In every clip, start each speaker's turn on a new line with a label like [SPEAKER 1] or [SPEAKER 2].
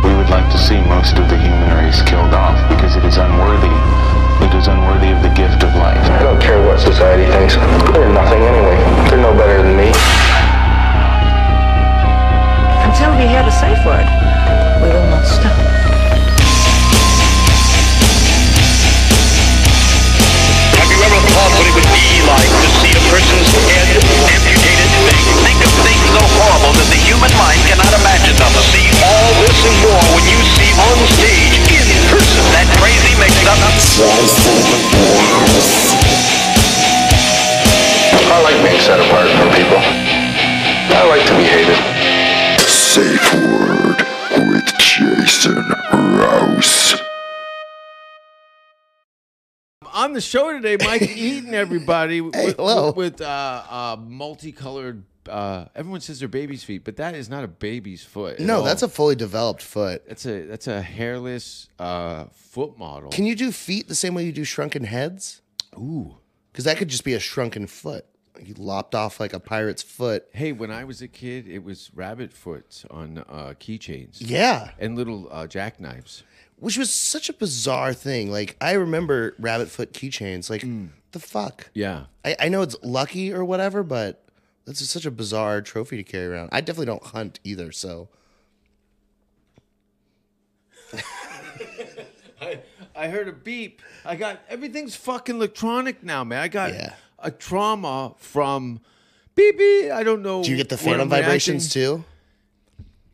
[SPEAKER 1] We would like to see most of the human race killed off because it is unworthy. It is unworthy of the gift of life.
[SPEAKER 2] I don't care what society thinks. They're nothing anyway. They're no better than me.
[SPEAKER 3] Until we hear the safe word, we will not stop.
[SPEAKER 4] Have you ever thought what it would be like to see a person's head amputated? Think, think of things so horrible that the human mind cannot imagine them. See all this and more when you see on stage, in person, that crazy mix-up.
[SPEAKER 2] I like being set apart from people. I like to be hated.
[SPEAKER 5] Safe Word with Jason Rouse.
[SPEAKER 6] on the show today, Mike Eaton, everybody, with,
[SPEAKER 7] hello.
[SPEAKER 6] with uh, uh, multicolored. Uh, everyone says their baby's feet, but that is not a baby's foot. at
[SPEAKER 7] No,
[SPEAKER 6] all.
[SPEAKER 7] that's a fully developed foot.
[SPEAKER 6] that's a that's a hairless uh, foot model.
[SPEAKER 7] Can you do feet the same way you do shrunken heads?
[SPEAKER 6] Ooh,
[SPEAKER 7] Because that could just be a shrunken foot. You lopped off like a pirate's foot.
[SPEAKER 6] hey, when I was a kid, it was rabbit foots on uh, keychains.
[SPEAKER 7] Yeah,
[SPEAKER 6] and little uh, jackknives.
[SPEAKER 7] which was such a bizarre thing. Like I remember rabbit foot keychains. Like the fuck.
[SPEAKER 6] Mm. Yeah,
[SPEAKER 7] I, I know it's lucky or whatever, but this is such a bizarre trophy to carry around. I definitely don't hunt either, so
[SPEAKER 6] I heard a beep. I got everything's fucking electronic now, man. I got
[SPEAKER 7] Yeah.
[SPEAKER 6] a trauma from beep beep. I don't know.
[SPEAKER 7] do you get the
[SPEAKER 6] what
[SPEAKER 7] phantom
[SPEAKER 6] I'm reacting-
[SPEAKER 7] vibrations too?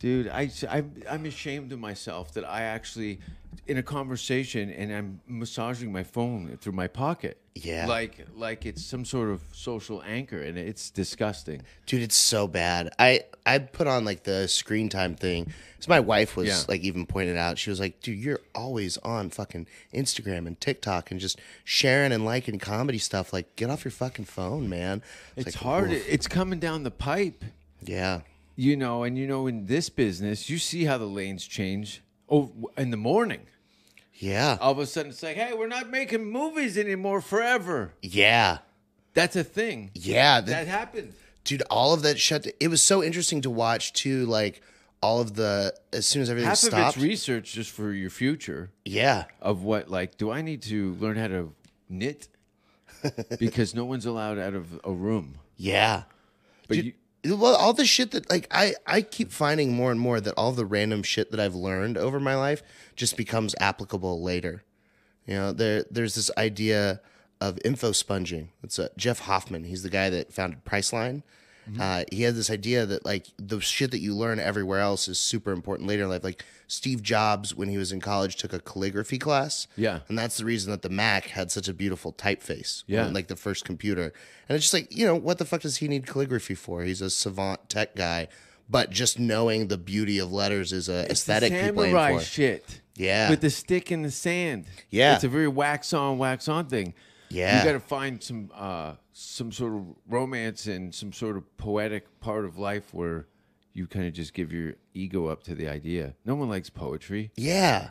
[SPEAKER 6] Dude, I, I, I'm ashamed of myself that I actually, in a conversation, and I'm massaging my phone through my pocket.
[SPEAKER 7] Yeah.
[SPEAKER 6] Like, like it's some sort of social anchor, and it's disgusting.
[SPEAKER 7] Dude, it's so bad. I I put on like the screen time thing. So my wife was
[SPEAKER 6] Yeah.
[SPEAKER 7] like even pointed out. She was like, "Dude, you're always on fucking Instagram and TikTok and just sharing and liking comedy stuff. Like, get off your fucking phone, man." I was
[SPEAKER 6] It's
[SPEAKER 7] like,
[SPEAKER 6] hard.
[SPEAKER 7] "Oof."
[SPEAKER 6] It's coming down the pipe,
[SPEAKER 7] Yeah.
[SPEAKER 6] you know, and you know, in this business, you see how the lanes change. Oh, in the morning,
[SPEAKER 7] Yeah.
[SPEAKER 6] all of a sudden, it's like, hey, we're not making movies anymore forever.
[SPEAKER 7] Yeah.
[SPEAKER 6] That's a thing.
[SPEAKER 7] Yeah. The-
[SPEAKER 6] That happened.
[SPEAKER 7] dude, all of that shut. It was so interesting to watch too. Like all of the as soon as everything
[SPEAKER 6] Half of
[SPEAKER 7] stopped.
[SPEAKER 6] it's research just for your future.
[SPEAKER 7] yeah.
[SPEAKER 6] of what like do I need to learn how to knit because no one's allowed out of a room.
[SPEAKER 7] Yeah.
[SPEAKER 6] But
[SPEAKER 7] Dude,
[SPEAKER 6] you,
[SPEAKER 7] well, all the shit that like I I keep finding more and more that all the random shit that I've learned over my life just becomes applicable later. You know, there there's this idea of info sponging. It's uh, Jeff Hoffman. He's the guy that founded Priceline. Uh, he had this idea that like the shit that you learn everywhere else is super important later in life. Like Steve Jobs, when he was in college, took a calligraphy class.
[SPEAKER 6] Yeah.
[SPEAKER 7] and that's the reason that the Mac had such a beautiful typeface.
[SPEAKER 6] Yeah.
[SPEAKER 7] like the first computer. And it's just like, you know, what the fuck does he need calligraphy for? He's a savant tech guy, but just knowing the beauty of letters is a
[SPEAKER 6] it's the
[SPEAKER 7] aesthetic people aim
[SPEAKER 6] samurai
[SPEAKER 7] for.
[SPEAKER 6] shit.
[SPEAKER 7] Yeah.
[SPEAKER 6] with the stick in the sand.
[SPEAKER 7] Yeah.
[SPEAKER 6] it's a very wax on, wax on thing.
[SPEAKER 7] Yeah.
[SPEAKER 6] you got to find some uh, some sort of romance and some sort of poetic part of life where you kind of just give your ego up to the idea. No one likes poetry.
[SPEAKER 7] Yeah,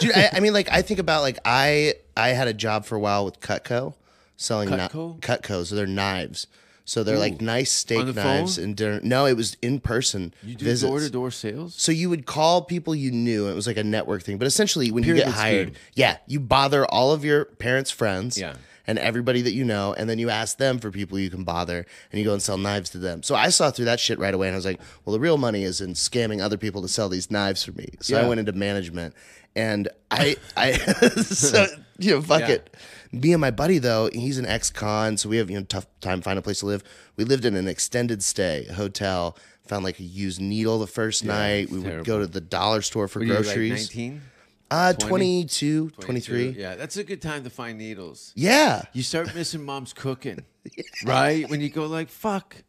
[SPEAKER 7] dude. I, I mean, like, I think about like I I had a job for a while with Cutco, selling kni-
[SPEAKER 6] Cutco?
[SPEAKER 7] Cutco. So they're knives. So they're like
[SPEAKER 6] Ooh.
[SPEAKER 7] nice
[SPEAKER 6] On the
[SPEAKER 7] steak knives
[SPEAKER 6] phone?
[SPEAKER 7] and dinner. No, it was in person.
[SPEAKER 6] You do
[SPEAKER 7] visits.
[SPEAKER 6] door to door sales.
[SPEAKER 7] So you would call people you knew. and It was like a network thing. But essentially, when you
[SPEAKER 6] Pyramid
[SPEAKER 7] get hired,
[SPEAKER 6] scheme.
[SPEAKER 7] yeah, you bother all of your parents' friends
[SPEAKER 6] Yeah.
[SPEAKER 7] and everybody that you know. And then you ask them for people you can bother and you go and sell knives to them. So I saw through that shit right away. And I was like, well, the real money is in scamming other people to sell these knives for me. So
[SPEAKER 6] Yeah.
[SPEAKER 7] I went into management and I, I, so, you know, fuck
[SPEAKER 6] Yeah.
[SPEAKER 7] it me and my buddy though he's an ex-con so we have you know tough time finding a place to live we lived in an extended stay hotel found like a used needle the first night
[SPEAKER 6] it's
[SPEAKER 7] we
[SPEAKER 6] terrible.
[SPEAKER 7] would go to the dollar store for
[SPEAKER 6] What are you, like,
[SPEAKER 7] groceries
[SPEAKER 6] 19?
[SPEAKER 7] uh
[SPEAKER 6] 20?
[SPEAKER 7] 22 23 yeah,
[SPEAKER 6] Yeah, that's a good time to find needles. you start missing mom's cooking, right? When you go like, fuck,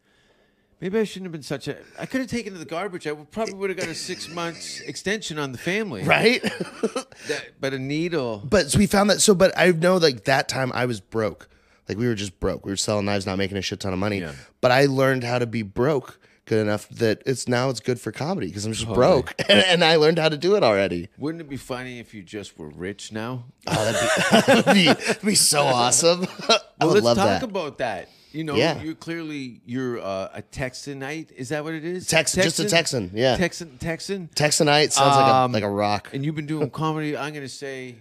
[SPEAKER 6] maybe I shouldn't have been such a. I could have taken to the garbage. I would- probably would have got a six months extension on the family,
[SPEAKER 7] right
[SPEAKER 6] That- but a needle.
[SPEAKER 7] but so we found that so but i know like that time i was broke like we were just broke we were selling knives not making a shit ton of money
[SPEAKER 6] Yeah.
[SPEAKER 7] but i learned how to be broke good enough that it's now it's good for comedy because I'm just
[SPEAKER 6] Totally.
[SPEAKER 7] broke and, and I learned how to do it already. Oh,
[SPEAKER 6] Wouldn't it be funny if you just were rich now?
[SPEAKER 7] That'd be, that'd be so awesome. I
[SPEAKER 6] Well, let's
[SPEAKER 7] would love
[SPEAKER 6] talk
[SPEAKER 7] that.
[SPEAKER 6] about that. You know,
[SPEAKER 7] Yeah.
[SPEAKER 6] you're clearly you're uh, a Texanite. Is that what it is?
[SPEAKER 7] Texan, just a Texan, yeah.
[SPEAKER 6] Texan, Texan.
[SPEAKER 7] Texanite sounds
[SPEAKER 6] Um,
[SPEAKER 7] like a like a rock.
[SPEAKER 6] And you've been doing comedy. I'm gonna say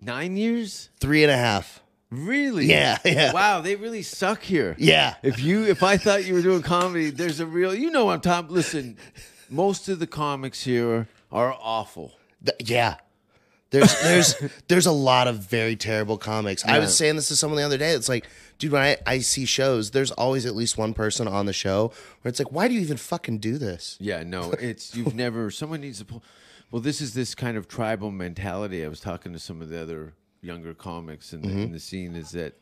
[SPEAKER 6] nine years.
[SPEAKER 7] Three and a half.
[SPEAKER 6] Really?
[SPEAKER 7] Yeah, yeah.
[SPEAKER 6] Wow, they really suck here.
[SPEAKER 7] Yeah.
[SPEAKER 6] If you, if I thought you were doing comedy, there's a real. You know, I'm top. Listen, most of the comics here are awful.
[SPEAKER 7] Th- yeah. There's there's there's a lot of very terrible comics. I was
[SPEAKER 6] Yeah.
[SPEAKER 7] saying this to someone the other day. It's like, dude, when I, I see shows, there's always at least one person on the show where it's like, why do you even fucking do this?
[SPEAKER 6] Yeah, no, it's you've never. Someone needs to. Pull, well, this is this kind of tribal mentality. I was talking to some of the other younger comics in the, in the scene. Is that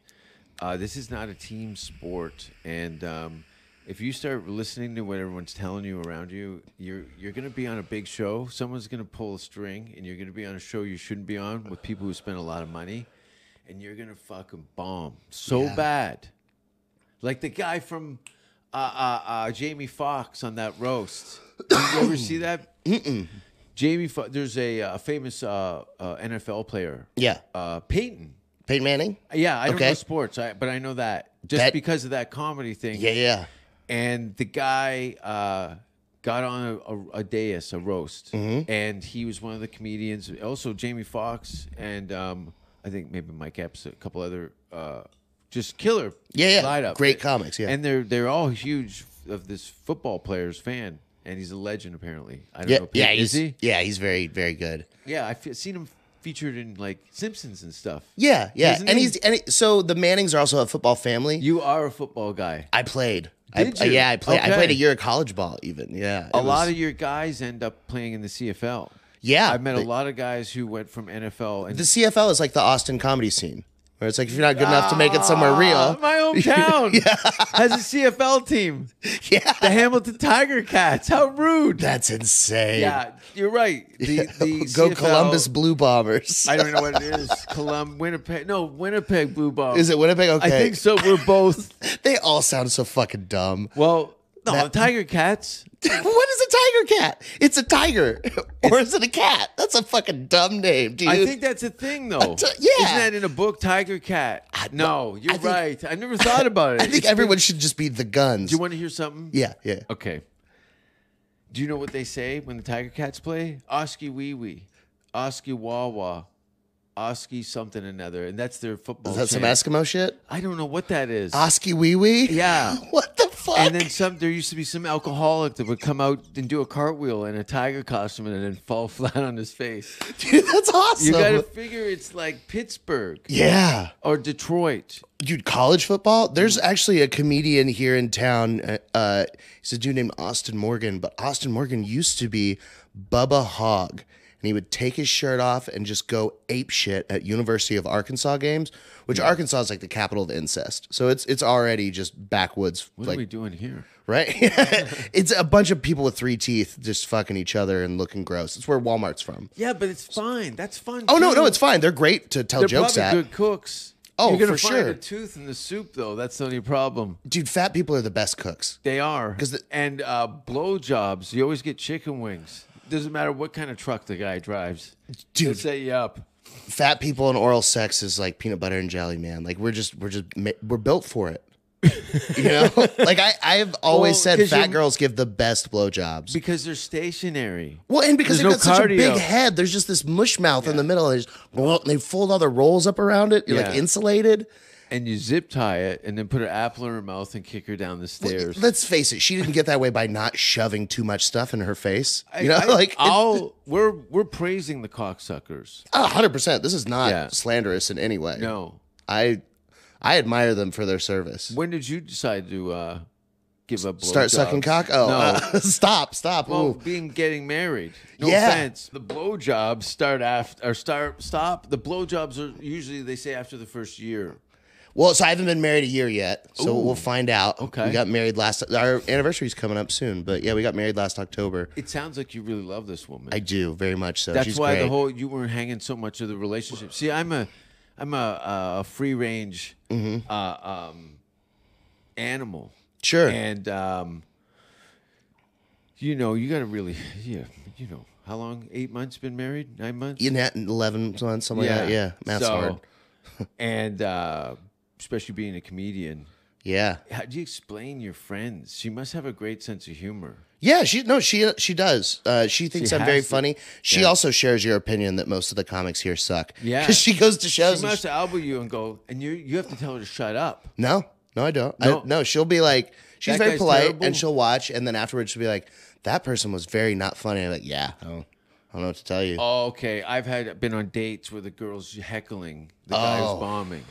[SPEAKER 6] uh, this is not a team sport, and um, if you start listening to what everyone's telling you around you, you're you're going to be on a big show. Someone's going to pull a string, and you're going to be on a show you shouldn't be on with people who spend a lot of money, and you're going to fucking bomb so bad, like the guy from uh, uh, uh, Jamie Foxx on that roast. Did you ever see that? Mm-mm. Jamie, Fo- there's a, uh famous uh, uh, NFL player,
[SPEAKER 7] Yeah.
[SPEAKER 6] uh, Peyton.
[SPEAKER 7] Peyton Manning?
[SPEAKER 6] Yeah, I don't
[SPEAKER 7] Okay.
[SPEAKER 6] know sports, I, but I know that just
[SPEAKER 7] That-
[SPEAKER 6] because of that comedy thing.
[SPEAKER 7] Yeah, yeah.
[SPEAKER 6] And the guy uh, got on a, a, a dais, a roast,
[SPEAKER 7] Mm-hmm.
[SPEAKER 6] and he was one of the comedians. Also, Jamie Foxx and um, I think maybe Mike Epps, a couple other uh, just killer.
[SPEAKER 7] Yeah, yeah.
[SPEAKER 6] lineup.
[SPEAKER 7] Great comics, yeah.
[SPEAKER 6] And they're they're all huge of this football player's fan, and he's a legend apparently. I don't
[SPEAKER 7] Yeah,
[SPEAKER 6] know. Pete,
[SPEAKER 7] yeah,
[SPEAKER 6] is
[SPEAKER 7] he's,
[SPEAKER 6] he?
[SPEAKER 7] yeah, he's very, very good.
[SPEAKER 6] Yeah, I've fe- seen him featured in like Simpsons and stuff.
[SPEAKER 7] Yeah, yeah.
[SPEAKER 6] Isn't
[SPEAKER 7] and
[SPEAKER 6] he?
[SPEAKER 7] he's and he, so the Mannings are also a football family.
[SPEAKER 6] You are a football guy.
[SPEAKER 7] I played.
[SPEAKER 6] Did
[SPEAKER 7] I, uh,
[SPEAKER 6] you?
[SPEAKER 7] Yeah, I played. I played
[SPEAKER 6] Okay.
[SPEAKER 7] a year of college ball, even. Yeah,
[SPEAKER 6] a lot of your guys end up playing in the CFL.
[SPEAKER 7] Yeah,
[SPEAKER 6] I've met
[SPEAKER 7] they-
[SPEAKER 6] a lot of guys who went from NFL and
[SPEAKER 7] the CFL is like the Austin comedy scene, where it's like if you're not good enough to make it somewhere
[SPEAKER 6] Ah,
[SPEAKER 7] real,
[SPEAKER 6] my hometown has a CFL team,
[SPEAKER 7] yeah,
[SPEAKER 6] the Hamilton Tiger Cats. How rude!
[SPEAKER 7] that's insane.
[SPEAKER 6] yeah, you're right. The, the
[SPEAKER 7] Go
[SPEAKER 6] CFL
[SPEAKER 7] Columbus Blue Bombers.
[SPEAKER 6] I don't know what it is. Colum, Winnipeg. No, Winnipeg Blue Bombers.
[SPEAKER 7] Is it Winnipeg? Okay,
[SPEAKER 6] I think so. We're both.
[SPEAKER 7] They all sound so fucking dumb.
[SPEAKER 6] Well, no,
[SPEAKER 7] That-
[SPEAKER 6] Tiger Cats.
[SPEAKER 7] what is a tiger cat? It's a tiger, or is it a cat? That's a fucking dumb name, dude.
[SPEAKER 6] I think that's a thing, though.
[SPEAKER 7] t- yeah.
[SPEAKER 6] Isn't that in a book, Tiger Cat? No, you're
[SPEAKER 7] think-
[SPEAKER 6] right. I never thought about it.
[SPEAKER 7] I think
[SPEAKER 6] It's been-
[SPEAKER 7] everyone should just be the guns.
[SPEAKER 6] Do you want to hear something?
[SPEAKER 7] yeah, yeah.
[SPEAKER 6] Okay. Do you know what they say when the Tiger Cats play? Oski wee wee, Oski wah wah, Oski something another, and that's their football.
[SPEAKER 7] Is that some
[SPEAKER 6] chant.
[SPEAKER 7] Eskimo shit?
[SPEAKER 6] I don't know what that is.
[SPEAKER 7] Oski wee wee.
[SPEAKER 6] Yeah.
[SPEAKER 7] What the fuck?
[SPEAKER 6] and then some. There used to be some alcoholic that would come out and do a cartwheel in a tiger costume and then fall flat on his face.
[SPEAKER 7] Dude, that's awesome.
[SPEAKER 6] You got to figure it's like Pittsburgh
[SPEAKER 7] yeah.
[SPEAKER 6] or Detroit.
[SPEAKER 7] Dude, college football. There's
[SPEAKER 6] Mm.
[SPEAKER 7] actually a comedian here in town. uh, Uh, he's a dude named Austin Morgan, but Austin Morgan used to be Bubba Hogg. And he would take his shirt off and just go ape shit at University of Arkansas games, which Arkansas is like the capital of incest. So it's it's already just backwoods,
[SPEAKER 6] What
[SPEAKER 7] like
[SPEAKER 6] are we doing here?
[SPEAKER 7] right? it's a bunch of people with three teeth just fucking each other and looking gross. It's where Walmart's from.
[SPEAKER 6] Yeah, but it's fine. That's fun.
[SPEAKER 7] Oh no,
[SPEAKER 6] too.
[SPEAKER 7] no, it's fine. They're great to tell
[SPEAKER 6] They're
[SPEAKER 7] jokes
[SPEAKER 6] probably
[SPEAKER 7] at.
[SPEAKER 6] good cooks.
[SPEAKER 7] Oh,
[SPEAKER 6] You're gonna
[SPEAKER 7] for
[SPEAKER 6] find
[SPEAKER 7] sure.
[SPEAKER 6] a tooth in the soup, though. That's the only problem.
[SPEAKER 7] Dude, fat people are the best cooks.
[SPEAKER 6] They are
[SPEAKER 7] 'Cause the-
[SPEAKER 6] and uh, blowjobs. You always get chicken wings. Doesn't matter what kind of truck the guy drives. They
[SPEAKER 7] Dude,
[SPEAKER 6] set you up.
[SPEAKER 7] fat people and oral sex is like peanut butter and jelly, man. Like we're just we're just ma- we're built for it. you know, like I I've always
[SPEAKER 6] Well,
[SPEAKER 7] said,
[SPEAKER 6] 'cause
[SPEAKER 7] fat
[SPEAKER 6] you're-
[SPEAKER 7] girls give the best blowjobs.
[SPEAKER 6] because they're stationary.
[SPEAKER 7] well, and because they've
[SPEAKER 6] there's
[SPEAKER 7] got
[SPEAKER 6] no
[SPEAKER 7] such a big
[SPEAKER 6] cardio.
[SPEAKER 7] head, there's just this mush mouth in the middle. And they, just, well, and they fold all their rolls up around it. You're like
[SPEAKER 6] Yeah.
[SPEAKER 7] insulated.
[SPEAKER 6] And you zip tie it, and then put an apple in her mouth and kick her down the stairs.
[SPEAKER 7] Let's face it, she didn't get that way by not shoving too much stuff in her face.
[SPEAKER 6] I-
[SPEAKER 7] You know,
[SPEAKER 6] I-
[SPEAKER 7] like it-
[SPEAKER 6] I'll- we're we're praising the cocksuckers.
[SPEAKER 7] a hundred percent. This is not
[SPEAKER 6] Yeah.
[SPEAKER 7] slanderous in any way.
[SPEAKER 6] No,
[SPEAKER 7] I I admire them for their service.
[SPEAKER 6] when did you decide to uh, give up?
[SPEAKER 7] Start
[SPEAKER 6] blowjobs?
[SPEAKER 7] sucking cock. Oh,
[SPEAKER 6] no.
[SPEAKER 7] uh, stop, stop.
[SPEAKER 6] Well,
[SPEAKER 7] Ooh.
[SPEAKER 6] being getting married. No
[SPEAKER 7] Yeah.
[SPEAKER 6] offense. The blowjobs start after or start stop. The blowjobs are usually they say after the first year.
[SPEAKER 7] Well, so I haven't been married a year yet, so we'll find out.
[SPEAKER 6] Okay.
[SPEAKER 7] we got married last. Our anniversary's coming up soon, but yeah, we got married last October.
[SPEAKER 6] It sounds like you really love this woman.
[SPEAKER 7] I do very much so.
[SPEAKER 6] That's
[SPEAKER 7] She's
[SPEAKER 6] why
[SPEAKER 7] great.
[SPEAKER 6] the whole you weren't hanging so much of the relationship. See, I'm a
[SPEAKER 7] Mm-hmm.
[SPEAKER 6] I'm a, a free range uh, um, animal.
[SPEAKER 7] Sure.
[SPEAKER 6] and um, you know, you got to really, yeah, you know, how long? Eight months? Been married? Nine months?
[SPEAKER 7] you net in 11 months, something like that. Yeah. Math's
[SPEAKER 6] so-
[SPEAKER 7] hard.
[SPEAKER 6] and uh, especially being a comedian,
[SPEAKER 7] Yeah.
[SPEAKER 6] how do you explain your friends? She must have a great sense of humor.
[SPEAKER 7] Yeah, she no, she she does. Uh, she thinks
[SPEAKER 6] She
[SPEAKER 7] I'm very
[SPEAKER 6] has to-
[SPEAKER 7] funny. She
[SPEAKER 6] yeah.
[SPEAKER 7] also shares your opinion that most of the comics here suck.
[SPEAKER 6] Yeah.
[SPEAKER 7] 'Cause she goes to
[SPEAKER 6] She
[SPEAKER 7] shows. and
[SPEAKER 6] must
[SPEAKER 7] she-
[SPEAKER 6] elbow you and go, and you you have to tell her to shut up.
[SPEAKER 7] no, no, I don't. No,
[SPEAKER 6] No.
[SPEAKER 7] I, no she'll be like, she's
[SPEAKER 6] That
[SPEAKER 7] very
[SPEAKER 6] guy's
[SPEAKER 7] polite,
[SPEAKER 6] terrible.
[SPEAKER 7] and she'll watch, and then afterwards she'll be like, that person was very not funny. I'm like, yeah, I don't, I don't know what to tell you.
[SPEAKER 6] Uh, Okay, I've had been on dates where the girl's heckling, the guy
[SPEAKER 7] Oh.
[SPEAKER 6] guy's bombing.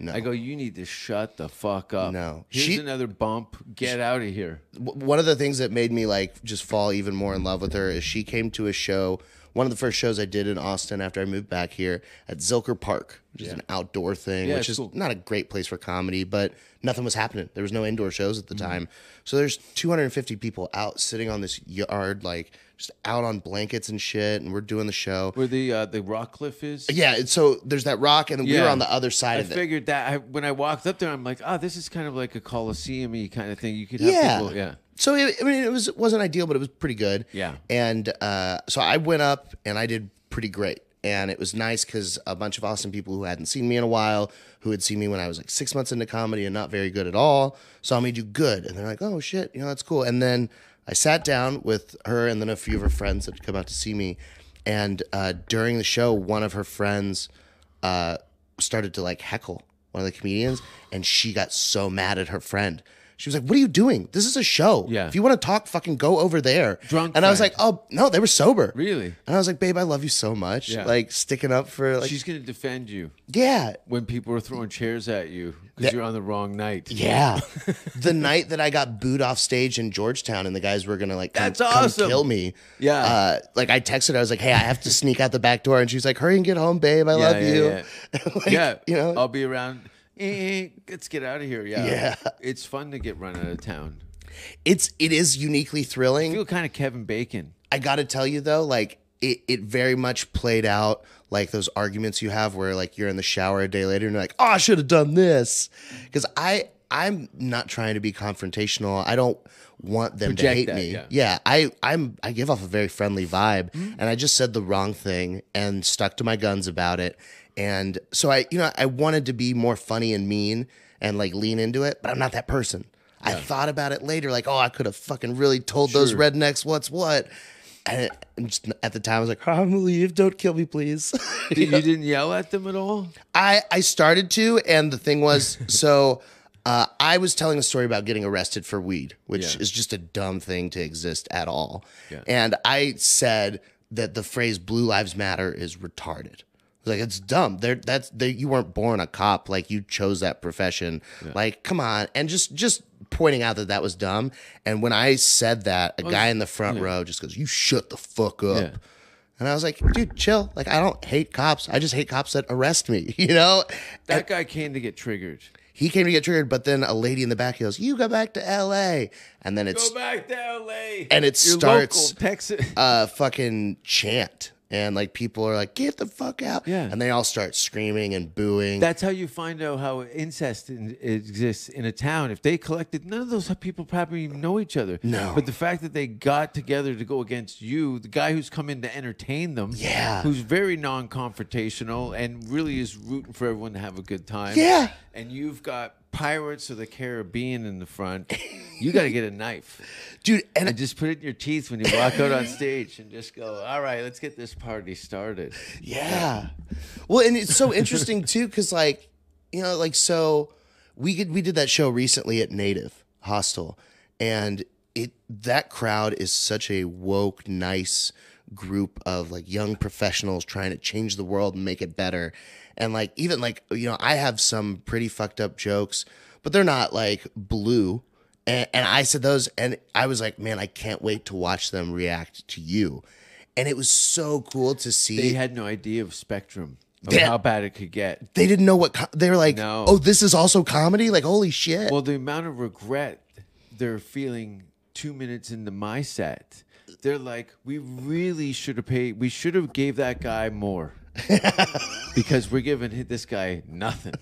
[SPEAKER 7] No.
[SPEAKER 6] I go, you need to shut the fuck up.
[SPEAKER 7] No.
[SPEAKER 6] here's
[SPEAKER 7] She-
[SPEAKER 6] another bump. Get out of here.
[SPEAKER 7] w- one of the things that made me like just fall even more in love with her is she came to a show one of the first shows i did in austin after i moved back here at zilker park which is an outdoor thing
[SPEAKER 6] Yeah,
[SPEAKER 7] which
[SPEAKER 6] it's
[SPEAKER 7] is
[SPEAKER 6] cool.
[SPEAKER 7] not a great place for comedy but nothing was happening there was no indoor shows at the
[SPEAKER 6] Mm-hmm.
[SPEAKER 7] time so there's 250 people out sitting on this yard like just out on blankets and shit and we're doing the show
[SPEAKER 6] Where the uh, the rock cliff is.
[SPEAKER 7] yeah and so there's that rock and then we were on the other side
[SPEAKER 6] I
[SPEAKER 7] of it
[SPEAKER 6] figured that I, when I walked up there, I'm like, oh, this is kind of like a coliseum kind of thing. You could have
[SPEAKER 7] yeah.
[SPEAKER 6] people, yeah.
[SPEAKER 7] So it, I mean, it was it wasn't ideal, but it was pretty good.
[SPEAKER 6] Yeah.
[SPEAKER 7] And uh, so I went up and I did pretty great, and it was nice because a bunch of awesome people who hadn't seen me in a while, who had seen me when I was like six months into comedy and not very good at all, saw me do good, and they're like, "Oh shit, you know that's cool." And then I sat down with her and then a few of her friends that had come out to see me, and uh, during the show, one of her friends uh, started to like heckle one of the comedians, and she got so mad at her friend. She was like, "What are you doing? This is a show.
[SPEAKER 6] Yeah.
[SPEAKER 7] If you want to talk, fucking go over there."
[SPEAKER 6] Drunk
[SPEAKER 7] And I was
[SPEAKER 6] friend.
[SPEAKER 7] like, "Oh no, they were sober."
[SPEAKER 6] Really?
[SPEAKER 7] And I was like, "Babe, I love you so much.
[SPEAKER 6] Yeah.
[SPEAKER 7] Like sticking up for like,
[SPEAKER 6] She's going to defend you
[SPEAKER 7] yeah,
[SPEAKER 6] when people are throwing chairs at you because
[SPEAKER 7] That-
[SPEAKER 6] you're on the wrong night.
[SPEAKER 7] yeah." the night that I got booed off stage in Georgetown, and the guys were gonna like come,
[SPEAKER 6] That's
[SPEAKER 7] come
[SPEAKER 6] awesome.
[SPEAKER 7] kill me.
[SPEAKER 6] Yeah.
[SPEAKER 7] Uh, like I texted her, I was like, "Hey, I have to sneak out the back door," and she's like, "Hurry and get home, babe. I
[SPEAKER 6] Yeah,
[SPEAKER 7] love
[SPEAKER 6] yeah,
[SPEAKER 7] you."
[SPEAKER 6] yeah.
[SPEAKER 7] Like,
[SPEAKER 6] yeah, Oh.
[SPEAKER 7] You know.
[SPEAKER 6] I'll be around. Eh, eh, Let's get out of here. Yeah,
[SPEAKER 7] Yeah.
[SPEAKER 6] It's fun to get run out of town.
[SPEAKER 7] it's it is uniquely thrilling.
[SPEAKER 6] I feel kind of Kevin Bacon.
[SPEAKER 7] I got to tell you though, like it, it very much played out like those arguments you have where like you're in the shower a day later and you're like, oh, I should have done this. Because I I'm not trying to be confrontational. I don't want them to
[SPEAKER 6] Project
[SPEAKER 7] hate
[SPEAKER 6] that,
[SPEAKER 7] me.
[SPEAKER 6] yeah.
[SPEAKER 7] I I'm I give off a very friendly vibe, and I just said the wrong thing and stuck to my guns about it. And so I, you know, I wanted to be more funny and mean and like lean into it, but I'm not that person. I thought about it later, like, oh, I could have fucking really told those rednecks what's what. And I'm just, at the time, I was like, I'm gonna leave. Don't kill me, please.
[SPEAKER 6] Did, You didn't yell at them at all?
[SPEAKER 7] I I started to, and the thing was, so uh, I was telling a story about getting arrested for weed, which
[SPEAKER 6] Yeah.
[SPEAKER 7] is just a dumb thing to exist at all.
[SPEAKER 6] Yeah.
[SPEAKER 7] And I said that the phrase "Blue Lives Matter" is retarded. I was Like it's dumb. They're, that's they, you weren't born a cop. Like you chose that profession. Like come on, and just just pointing out that that was dumb. And when I said that, a guy in the front row just goes, "You shut the fuck up."
[SPEAKER 6] Yeah.
[SPEAKER 7] And I was like, dude, chill. Like, I don't hate cops. I just hate cops that arrest me, you know?
[SPEAKER 6] That guy came to get triggered.
[SPEAKER 7] He came to get triggered, but then a lady in the back goes, you go back to LA. And then it's
[SPEAKER 6] Go back to L.A.
[SPEAKER 7] And it
[SPEAKER 6] Your
[SPEAKER 7] starts-
[SPEAKER 6] local Texas.
[SPEAKER 7] a fucking chant. And like, people are like, get the fuck out.
[SPEAKER 6] Yeah.
[SPEAKER 7] And they all start screaming and booing.
[SPEAKER 6] That's how you find out how incest in, exists in a town. If they collected, none of those people probably even know each other.
[SPEAKER 7] No.
[SPEAKER 6] But the fact that they got together to go against you, the guy who's come in to entertain them,
[SPEAKER 7] Yeah.
[SPEAKER 6] who's very non-confrontational and really is rooting for everyone to have a good time.
[SPEAKER 7] Yeah.
[SPEAKER 6] And you've got Pirates of the Caribbean in the front. You got to get a knife
[SPEAKER 7] dude, and
[SPEAKER 6] and just put it in your teeth when you walk out on stage and just go, "All right, let's get this party started."
[SPEAKER 7] Yeah. Well, and it's so interesting too, because like, you know, like so we could we did that show recently at Native Hostel, and it that crowd is such a woke, nice group of like young professionals trying to change the world and make it better. And like even like, you know, I have some pretty fucked up jokes, but they're not like blue. And, and I said those, and I was like, man, I can't wait to watch them react to you. And it was so cool to see
[SPEAKER 6] They had no idea of spectrum of
[SPEAKER 7] Yeah.
[SPEAKER 6] how bad it could get.
[SPEAKER 7] they didn't know what co- they were like.
[SPEAKER 6] No.
[SPEAKER 7] Oh, this is also comedy. Like holy shit.
[SPEAKER 6] Well, the amount of regret they're feeling two minutes into my set, they're like, "We really should have paid. We should have gave that guy more because we're giving hit- this guy nothing."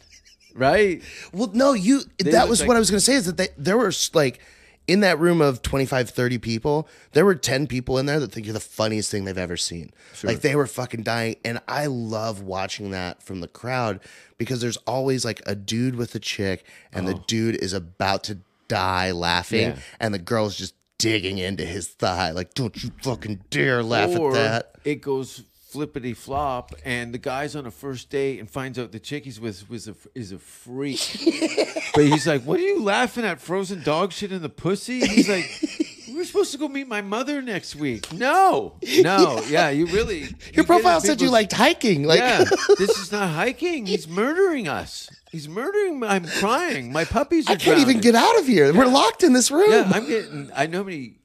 [SPEAKER 6] right?
[SPEAKER 7] Well, no, you. that
[SPEAKER 6] look
[SPEAKER 7] was
[SPEAKER 6] like-
[SPEAKER 7] what I was going to say is that they, there were like in that room of 25, 30 people, there were 10 people in there that think you're the funniest thing they've ever seen. Like they were fucking dying. And I love watching that from the crowd because there's always like a dude with a chick and the dude is about to die laughing
[SPEAKER 6] Oh. Yeah.
[SPEAKER 7] and the girl's just digging into his thigh. Like, don't you fucking dare laugh
[SPEAKER 6] or
[SPEAKER 7] at that.
[SPEAKER 6] it goes flippity flop, and the guy's on a first date and finds out the chick he's with was a, is a freak. but he's like, "What are you laughing at? Frozen dog shit in the pussy?" He's like. We're supposed to go meet my mother next week. No, no, yeah, you really.
[SPEAKER 7] Your profile said you
[SPEAKER 6] like.
[SPEAKER 7] liked hiking. Like,
[SPEAKER 6] yeah, this is not hiking. He's murdering us. He's murdering. me. I'm crying. My puppies are.
[SPEAKER 7] I can't even
[SPEAKER 6] drowning.
[SPEAKER 7] get out of here. We're locked in this room.
[SPEAKER 6] Yeah, I'm getting. I know how many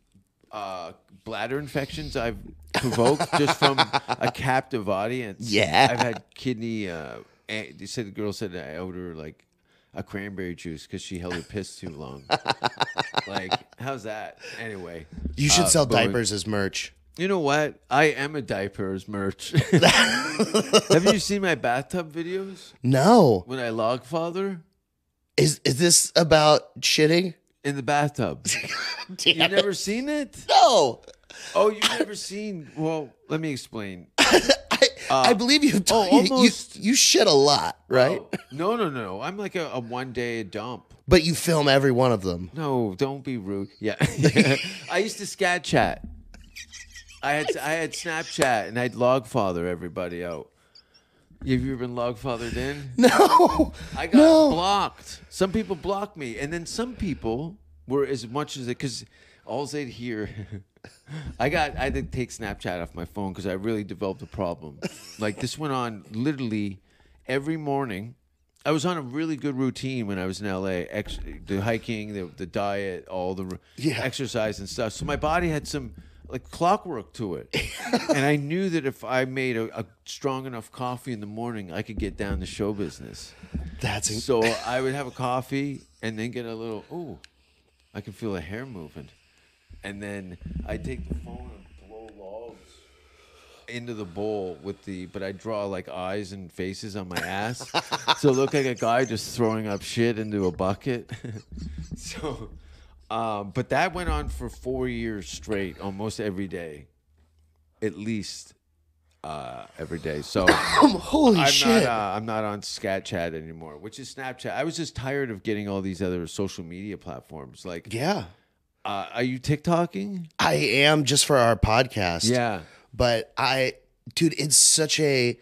[SPEAKER 6] uh, bladder infections I've provoked just from a captive audience.
[SPEAKER 7] Yeah.
[SPEAKER 6] I've had kidney. Uh, eh, they said the girl said I owed her like a cranberry juice because she held her piss too long. like, how's that? Anyway,
[SPEAKER 7] You should
[SPEAKER 6] Uh,
[SPEAKER 7] sell
[SPEAKER 6] but we-
[SPEAKER 7] diapers as merch.
[SPEAKER 6] you know what? I am a diapers merch. Have you seen my bathtub videos
[SPEAKER 7] No.
[SPEAKER 6] when I log father?
[SPEAKER 7] Is is this about shitting?
[SPEAKER 6] in the bathtub.
[SPEAKER 7] Damn
[SPEAKER 6] You've
[SPEAKER 7] it.
[SPEAKER 6] never seen it?
[SPEAKER 7] No.
[SPEAKER 6] Oh, you've never seen? Well, let me explain.
[SPEAKER 7] I, I believe you've
[SPEAKER 6] oh,
[SPEAKER 7] told- you- you-
[SPEAKER 6] almost. Oh.
[SPEAKER 7] You, shit a lot, right?
[SPEAKER 6] No, no, no. I'm like a, a one day dump.
[SPEAKER 7] But you film every one of them.
[SPEAKER 6] No, don't be rude. Yeah, I used to scat chat. I had I had Snapchat and I'd log father everybody out. Have you ever been log fathered in?
[SPEAKER 7] No.
[SPEAKER 6] I got
[SPEAKER 7] no.
[SPEAKER 6] blocked. Some people blocked me, and then some people were as much as they because all they'd hear. I got I had to take Snapchat off my phone because I really developed a problem. like this went on literally every morning. I was on a really good routine when I was in LA. Ex- the hiking, the, the diet, all the r-
[SPEAKER 7] Yeah.
[SPEAKER 6] exercise and stuff. So my body had some like clockwork to it, and I knew that if I made a, a strong enough coffee in the morning, I could get down to show business.
[SPEAKER 7] That's in-
[SPEAKER 6] So I would have a coffee and then get a little, ooh, I can feel a hair moving. And then I'd take the phone and blow logs into the bowl with the, but I draw like eyes and faces on my ass. so it looked like a guy just throwing up shit into a bucket. so, um, but that went on for four years straight, almost every day, at least uh, every day. So.
[SPEAKER 7] holy
[SPEAKER 6] I'm Not,
[SPEAKER 7] shit.
[SPEAKER 6] uh, I'm not on Snapchat anymore, which is Snapchat. I was just tired of getting all these other social media platforms. Like,
[SPEAKER 7] yeah.
[SPEAKER 6] uh, are you TikToking?
[SPEAKER 7] I am just for our podcast.
[SPEAKER 6] Yeah.
[SPEAKER 7] But I, dude, it's such a.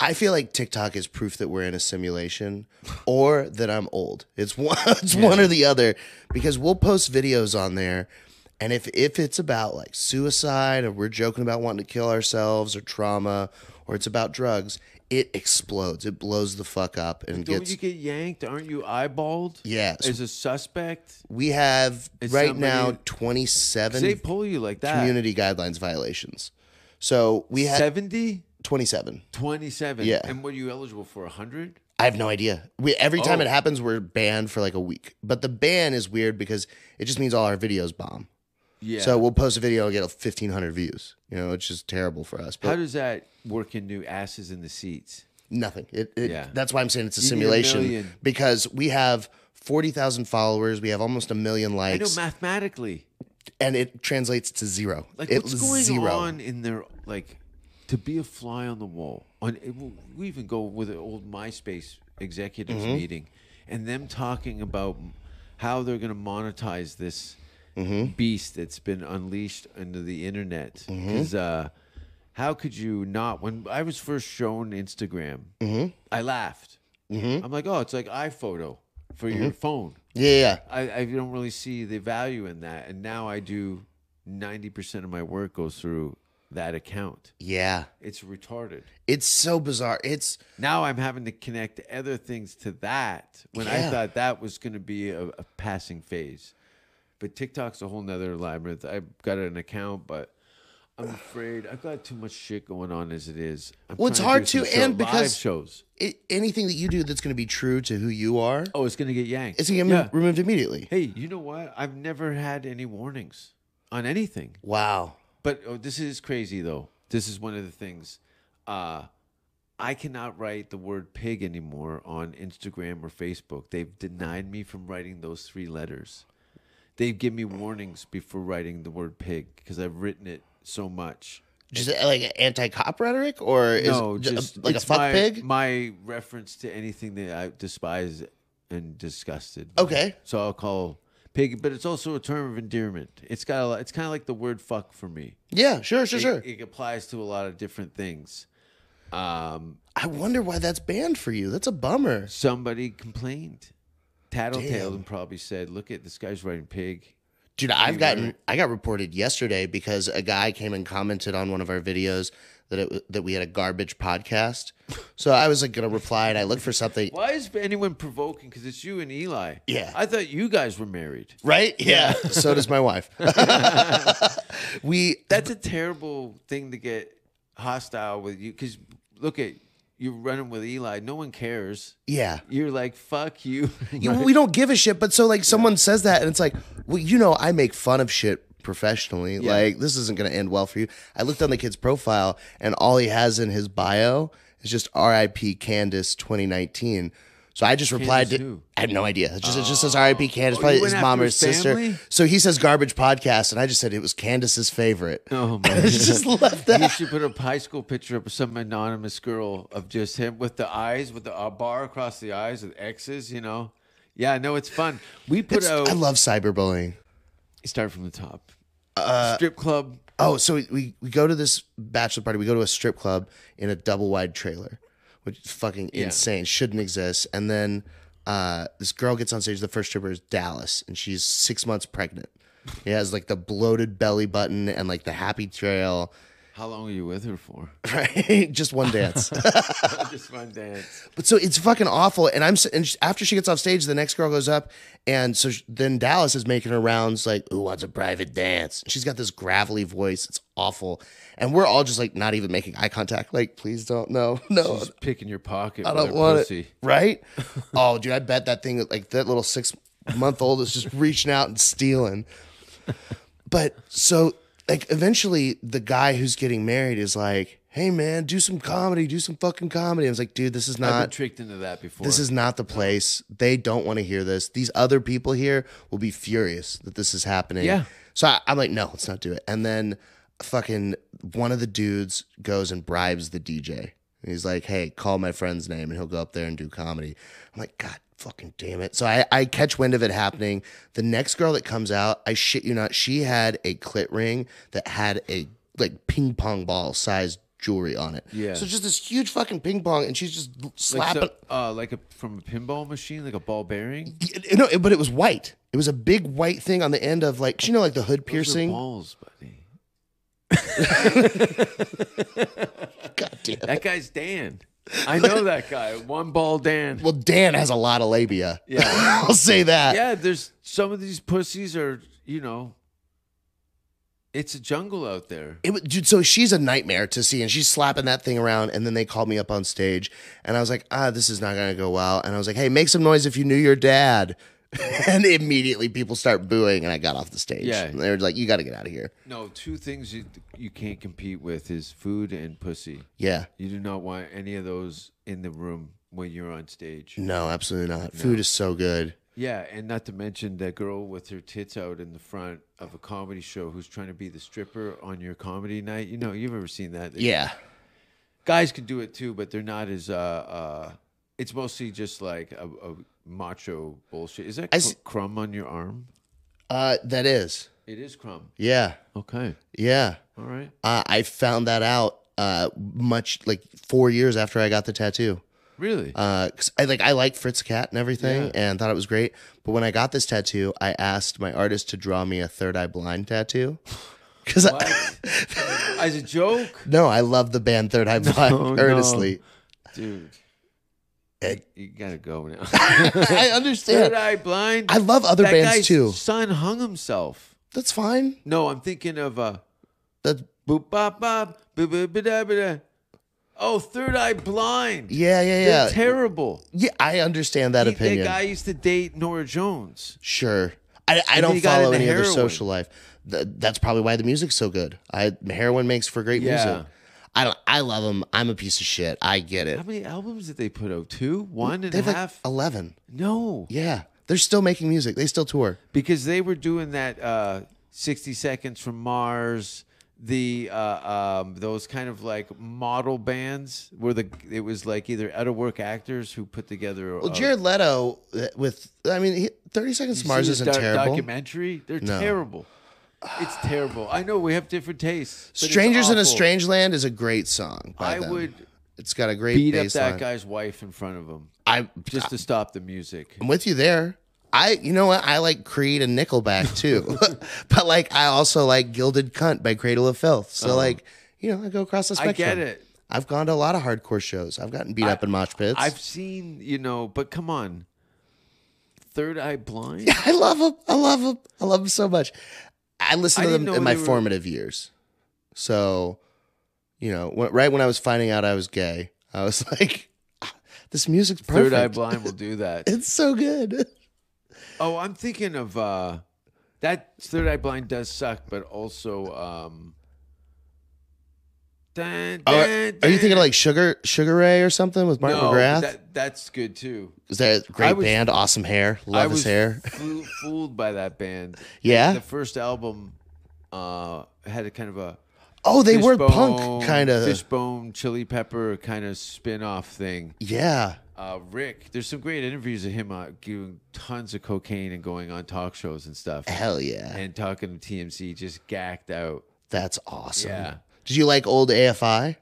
[SPEAKER 7] I feel like TikTok is proof that we're in a simulation, or that I'm old. It's one, it's one or the other, because we'll post videos on there, and if if it's about like suicide, or we're joking about wanting to kill ourselves, or trauma, or it's about drugs, it explodes. It blows the fuck up and
[SPEAKER 6] Don't
[SPEAKER 7] gets.
[SPEAKER 6] you get yanked? Aren't you eyeballed?
[SPEAKER 7] Yeah.
[SPEAKER 6] As a suspect?
[SPEAKER 7] we have
[SPEAKER 6] Is
[SPEAKER 7] right
[SPEAKER 6] somebody-
[SPEAKER 7] now
[SPEAKER 6] 'Cause They
[SPEAKER 7] 27
[SPEAKER 6] pull you like that.
[SPEAKER 7] community guidelines violations. So we have
[SPEAKER 6] 70,
[SPEAKER 7] 27.
[SPEAKER 6] 27.
[SPEAKER 7] Yeah.
[SPEAKER 6] And what are you eligible for? 100?
[SPEAKER 7] I have no idea. We every time
[SPEAKER 6] Oh.
[SPEAKER 7] it happens, we're banned for like a week. But the ban is weird because it just means all our videos bomb.
[SPEAKER 6] Yeah.
[SPEAKER 7] So we'll post a video and get fifteen hundred views. You know, it's just terrible for us. But
[SPEAKER 6] how does that work in new asses in the seats?
[SPEAKER 7] nothing. It, it
[SPEAKER 6] Yeah.
[SPEAKER 7] that's why I'm saying it's a
[SPEAKER 6] You need a
[SPEAKER 7] simulation
[SPEAKER 6] million.
[SPEAKER 7] because we have forty thousand followers, we have almost a million
[SPEAKER 6] I know
[SPEAKER 7] likes,
[SPEAKER 6] mathematically.
[SPEAKER 7] and it translates to zero.
[SPEAKER 6] Like
[SPEAKER 7] It-
[SPEAKER 6] what's going
[SPEAKER 7] zero.
[SPEAKER 6] on in their like to be a fly on the wall? On it, w- we even go with an old MySpace executives
[SPEAKER 7] Mm-hmm.
[SPEAKER 6] meeting, and them talking about m- how they're going to monetize this
[SPEAKER 7] Mm-hmm.
[SPEAKER 6] beast that's been unleashed into the internet. Because uh, how could you not? When I was first shown Instagram,
[SPEAKER 7] Mm-hmm.
[SPEAKER 6] I laughed. I'm like, oh, it's like iPhoto for
[SPEAKER 7] Mm-hmm.
[SPEAKER 6] your phone.
[SPEAKER 7] Yeah, yeah, yeah.
[SPEAKER 6] I, I don't really see the value in that. And now I do 90% of my work goes through that account.
[SPEAKER 7] Yeah.
[SPEAKER 6] It's retarded.
[SPEAKER 7] It's so bizarre. It's
[SPEAKER 6] Now I'm having to connect other things to that when I
[SPEAKER 7] Yeah.
[SPEAKER 6] thought that was going to be a, a passing phase. But TikTok's a whole nother labyrinth. I've got an account, but I'm afraid I've got too much shit going on as it is. I'm
[SPEAKER 7] Well, it's
[SPEAKER 6] trying
[SPEAKER 7] hard
[SPEAKER 6] do some
[SPEAKER 7] to,
[SPEAKER 6] show-
[SPEAKER 7] and because-
[SPEAKER 6] live shows.
[SPEAKER 7] it, anything that you do that's going to be true to who you are.
[SPEAKER 6] Oh, it's going to get yanked.
[SPEAKER 7] It's going to get
[SPEAKER 6] Yeah.
[SPEAKER 7] removed immediately.
[SPEAKER 6] Hey, you know what? I've never had any warnings on anything.
[SPEAKER 7] Wow.
[SPEAKER 6] But oh, this is crazy though. This is one of the things. Uh I cannot write the word pig anymore on Instagram or Facebook. They've denied me from writing those three letters. They've given me warnings before writing the word pig because I've written it so much.
[SPEAKER 7] Just uh, like anti cop rhetoric, or is
[SPEAKER 6] no,
[SPEAKER 7] it ju-
[SPEAKER 6] just
[SPEAKER 7] like a
[SPEAKER 6] it's
[SPEAKER 7] fuck
[SPEAKER 6] my,
[SPEAKER 7] pig?
[SPEAKER 6] My reference to anything that I despise and disgusted.
[SPEAKER 7] Okay.
[SPEAKER 6] so I'll call pig, but it's also a term of endearment. It's got a lot, it's kind of like the word fuck for me.
[SPEAKER 7] yeah, sure, sure,
[SPEAKER 6] It-
[SPEAKER 7] sure.
[SPEAKER 6] it applies to a lot of different things. Um,
[SPEAKER 7] I wonder why that's banned for you. That's a bummer.
[SPEAKER 6] somebody complained, tattletaled,
[SPEAKER 7] Damn.
[SPEAKER 6] and probably said, "Look at this guy's writing pig."
[SPEAKER 7] Dude, I've gotten
[SPEAKER 6] right.
[SPEAKER 7] I got reported yesterday because a guy came and commented on one of our videos that it, w- that we had a garbage podcast. So I was like going to reply and I looked for something.
[SPEAKER 6] Why is anyone provoking? Because it's you and Eli.
[SPEAKER 7] Yeah.
[SPEAKER 6] I thought you guys were married.
[SPEAKER 7] Right? Yeah. so does my wife. we
[SPEAKER 6] That's a terrible thing to get hostile with you. Because look at you're running with Eli. No one cares.
[SPEAKER 7] yeah.
[SPEAKER 6] You're like fuck you.
[SPEAKER 7] You- we don't give a shit, but so like someone says that and it's like, well, you know, I make fun of shit professionally.
[SPEAKER 6] Yeah.
[SPEAKER 7] Like this isn't going to end well for you. I looked on the kid's profile and all he has in his bio is just RIP Candace 2019. So I just replied
[SPEAKER 6] Candace
[SPEAKER 7] to
[SPEAKER 6] who?
[SPEAKER 7] I had no idea. It just, it just says RIP Candace,
[SPEAKER 6] Oh,
[SPEAKER 7] probably
[SPEAKER 6] you went
[SPEAKER 7] his mom
[SPEAKER 6] after
[SPEAKER 7] or his
[SPEAKER 6] his
[SPEAKER 7] sister.
[SPEAKER 6] family?
[SPEAKER 7] So he says garbage podcast and I just said it was Candace's favorite.
[SPEAKER 6] Oh
[SPEAKER 7] I
[SPEAKER 6] my
[SPEAKER 7] just left
[SPEAKER 6] You
[SPEAKER 7] that.
[SPEAKER 6] should put a high school picture up of some anonymous girl of just him with the eyes, with the uh, bar across the eyes, with X's. You know, yeah, no, it's fun. We put
[SPEAKER 7] It's-
[SPEAKER 6] out.
[SPEAKER 7] I love cyberbullying.
[SPEAKER 6] Start from the top.
[SPEAKER 7] Uh,
[SPEAKER 6] Strip club.
[SPEAKER 7] Oh, so we- we, we go to this bachelor party. We go to a strip club in a double wide trailer, which is fucking
[SPEAKER 6] Yeah.
[SPEAKER 7] insane. Shouldn't exist. And then uh, this girl gets on stage. The first stripper is Dallas, and she's six months pregnant. He has like the bloated belly button and like the happy trail,
[SPEAKER 6] How long were you with her for?
[SPEAKER 7] right? Just one dance.
[SPEAKER 6] just one dance.
[SPEAKER 7] But so it's fucking awful. And I'm s- and sh- after she gets off stage, the next girl goes up, and so sh- then Dallas is making her rounds like, "Who wants a private dance?" And she's got this gravelly voice. It's awful, and we're all just like not even making eye contact. Like, please don't, no, no,
[SPEAKER 6] Just picking your pocket.
[SPEAKER 7] I
[SPEAKER 6] with
[SPEAKER 7] don't
[SPEAKER 6] her
[SPEAKER 7] want
[SPEAKER 6] pussy.
[SPEAKER 7] it. Right? oh, dude, I bet that thing, like that little six month old, is just reaching out and stealing. But so, like, eventually, the guy who's getting married is like. Hey man, do some comedy, do some fucking comedy. I was like, dude, this is
[SPEAKER 6] I've
[SPEAKER 7] not
[SPEAKER 6] been tricked into that before.
[SPEAKER 7] this is not the place. They don't want to hear this. These other people here will be furious that this is happening.
[SPEAKER 6] Yeah.
[SPEAKER 7] So I, I'm like, no, let's not do it. And then fucking one of the dudes goes and bribes the DJ. And he's like, hey, call my friend's name and he'll go up there and do comedy. I'm like, God fucking damn it. So I, I catch wind of it happening. The next girl that comes out, I shit you not, she had a clit ring that had a like ping pong ball sized jewelry on it.
[SPEAKER 6] Yeah.
[SPEAKER 7] So just this huge fucking ping pong and she's just
[SPEAKER 6] like,
[SPEAKER 7] slapping
[SPEAKER 6] so, uh, like a, from a pinball machine, like a ball bearing.
[SPEAKER 7] you know, but it was white. It was a big white thing on the end of like you know, like the hood
[SPEAKER 6] Those are
[SPEAKER 7] piercing.
[SPEAKER 6] balls, buddy.
[SPEAKER 7] God damn.
[SPEAKER 6] That guy's Dan. I know that guy. One ball Dan.
[SPEAKER 7] Well, Dan has a lot of labia.
[SPEAKER 6] Yeah.
[SPEAKER 7] I'll say that.
[SPEAKER 6] yeah, there's some of these pussies are, you know, it's a jungle out there.
[SPEAKER 7] It, wa- dude, so she's a nightmare to see, and she's slapping that thing around. And then they called me up on stage, and I was like, "Ah, this is not gonna go well." And I was like, "Hey, make some noise if you knew your dad." and immediately people start booing, and I got off the stage.
[SPEAKER 6] Yeah.
[SPEAKER 7] and they were like, "You got to get out of here."
[SPEAKER 6] No, two things you you can't compete with is food and pussy.
[SPEAKER 7] Yeah,
[SPEAKER 6] You do not want any of those in the room when you're on stage.
[SPEAKER 7] no, absolutely not. Food is so good.
[SPEAKER 6] Yeah, and not to mention that girl with her tits out in the front of a comedy show who's trying to be the stripper on your comedy night. You know, you've ever seen that?
[SPEAKER 7] Yeah,
[SPEAKER 6] guys can do it too, but they're not as uh uh. It's mostly just like a, a macho bullshit. Is that cr-
[SPEAKER 7] I s-
[SPEAKER 6] crumb on your arm?
[SPEAKER 7] uh, that is.
[SPEAKER 6] It is crumb.
[SPEAKER 7] Yeah,
[SPEAKER 6] Okay.
[SPEAKER 7] yeah.
[SPEAKER 6] All right.
[SPEAKER 7] Uh, I found that out uh, much like four years after I got the tattoo.
[SPEAKER 6] Really?
[SPEAKER 7] Uh 'cause I like I like Fritz Cat and everything,
[SPEAKER 6] Yeah.
[SPEAKER 7] and thought it was great. But when I got this tattoo, I asked my artist to draw me a third eye blind tattoo. Because
[SPEAKER 6] As a joke,
[SPEAKER 7] no, I love the band Third Eye Blind
[SPEAKER 6] no.
[SPEAKER 7] earnestly.
[SPEAKER 6] dude.
[SPEAKER 7] Eh.
[SPEAKER 6] You gotta go now.
[SPEAKER 7] I
[SPEAKER 6] Third
[SPEAKER 7] understand.
[SPEAKER 6] Eye Blind.
[SPEAKER 7] I love other
[SPEAKER 6] that
[SPEAKER 7] bands
[SPEAKER 6] guy's
[SPEAKER 7] too.
[SPEAKER 6] Son hung himself.
[SPEAKER 7] That's fine.
[SPEAKER 6] No, I'm thinking of uh,
[SPEAKER 7] That
[SPEAKER 6] boop bop bop boop boop ba, da, ba, da. Oh, Third Eye Blind.
[SPEAKER 7] yeah, yeah,
[SPEAKER 6] They're
[SPEAKER 7] yeah.
[SPEAKER 6] terrible.
[SPEAKER 7] yeah, I understand that
[SPEAKER 6] He-
[SPEAKER 7] opinion.
[SPEAKER 6] That guy used to date Nora Jones.
[SPEAKER 7] Sure. I, I
[SPEAKER 6] And
[SPEAKER 7] don't
[SPEAKER 6] he got
[SPEAKER 7] follow
[SPEAKER 6] into
[SPEAKER 7] any other
[SPEAKER 6] heroin.
[SPEAKER 7] social life. Th- that's probably why the music's so good. I heroin makes for great
[SPEAKER 6] Yeah.
[SPEAKER 7] music. I don't. I love them. I'm a piece of shit. I get it.
[SPEAKER 6] How many albums did they put out? Two, one and
[SPEAKER 7] They
[SPEAKER 6] a
[SPEAKER 7] have like
[SPEAKER 6] half.
[SPEAKER 7] eleven.
[SPEAKER 6] no,
[SPEAKER 7] Yeah, they're still making music. They still tour.
[SPEAKER 6] because they were doing that uh, 60 seconds from mars the uh, um, those kind of like model bands where the it was like either out of work actors who put together
[SPEAKER 7] Well,
[SPEAKER 6] a-
[SPEAKER 7] Jared Leto uh, with I mean, he, Thirty Seconds
[SPEAKER 6] You
[SPEAKER 7] to
[SPEAKER 6] see
[SPEAKER 7] Mars
[SPEAKER 6] his
[SPEAKER 7] isn't
[SPEAKER 6] doc-
[SPEAKER 7] terrible.
[SPEAKER 6] documentary they're
[SPEAKER 7] No.
[SPEAKER 6] terrible it's terrible i know we have different tastes but it's
[SPEAKER 7] Strangers in a
[SPEAKER 6] awful.
[SPEAKER 7] Strange Land is a great song. By
[SPEAKER 6] I
[SPEAKER 7] them.
[SPEAKER 6] would
[SPEAKER 7] It's got a great
[SPEAKER 6] beat up
[SPEAKER 7] bass
[SPEAKER 6] that
[SPEAKER 7] line.
[SPEAKER 6] guy's wife in front of him
[SPEAKER 7] I
[SPEAKER 6] just to stop the music
[SPEAKER 7] I'm with you there. I you know what I like Creed and Nickelback too, but like I also like Gilded Cunt by Cradle of Filth. So like you know I go across the
[SPEAKER 6] Oh. I
[SPEAKER 7] spectrum.
[SPEAKER 6] get it.
[SPEAKER 7] I've gone to a lot of hardcore shows. I've gotten beat up in mosh pits.
[SPEAKER 6] i've seen you know but come on third eye blind
[SPEAKER 7] I love them. I love them. I love them so much. I listened
[SPEAKER 6] I
[SPEAKER 7] to
[SPEAKER 6] didn't
[SPEAKER 7] them
[SPEAKER 6] know
[SPEAKER 7] in my
[SPEAKER 6] they were-
[SPEAKER 7] formative years. So, you know, when, right when I was finding out I was gay, I was like, "Ah, "This music's perfect.
[SPEAKER 6] third eye blind will do that
[SPEAKER 7] It's so good."
[SPEAKER 6] Oh, I'm thinking of uh that Third Eye Blind does suck, but also um dun,
[SPEAKER 7] Oh, are,
[SPEAKER 6] dun,
[SPEAKER 7] are you thinking of
[SPEAKER 6] dun.
[SPEAKER 7] like Sugar Sugar Ray or something with Martin
[SPEAKER 6] No,
[SPEAKER 7] McGrath?
[SPEAKER 6] That, that's good too.
[SPEAKER 7] Is that a
[SPEAKER 6] I
[SPEAKER 7] great
[SPEAKER 6] was-
[SPEAKER 7] band? Awesome hair.
[SPEAKER 6] I
[SPEAKER 7] Love
[SPEAKER 6] was
[SPEAKER 7] his hair.
[SPEAKER 6] foo- fooled by that band.
[SPEAKER 7] Yeah.
[SPEAKER 6] The first album uh had a kind of a
[SPEAKER 7] Oh, they were
[SPEAKER 6] Fishbone-
[SPEAKER 7] punk kind of.
[SPEAKER 6] Fishbone Chili Pepper kind of spin-off thing.
[SPEAKER 7] Yeah.
[SPEAKER 6] Uh Rick, there's some great interviews of him uh, doing tons of cocaine and going on talk shows and stuff.
[SPEAKER 7] Hell yeah.
[SPEAKER 6] And talking to TMC just gacked out.
[SPEAKER 7] That's awesome.
[SPEAKER 6] Yeah.
[SPEAKER 7] Did you like old AFI?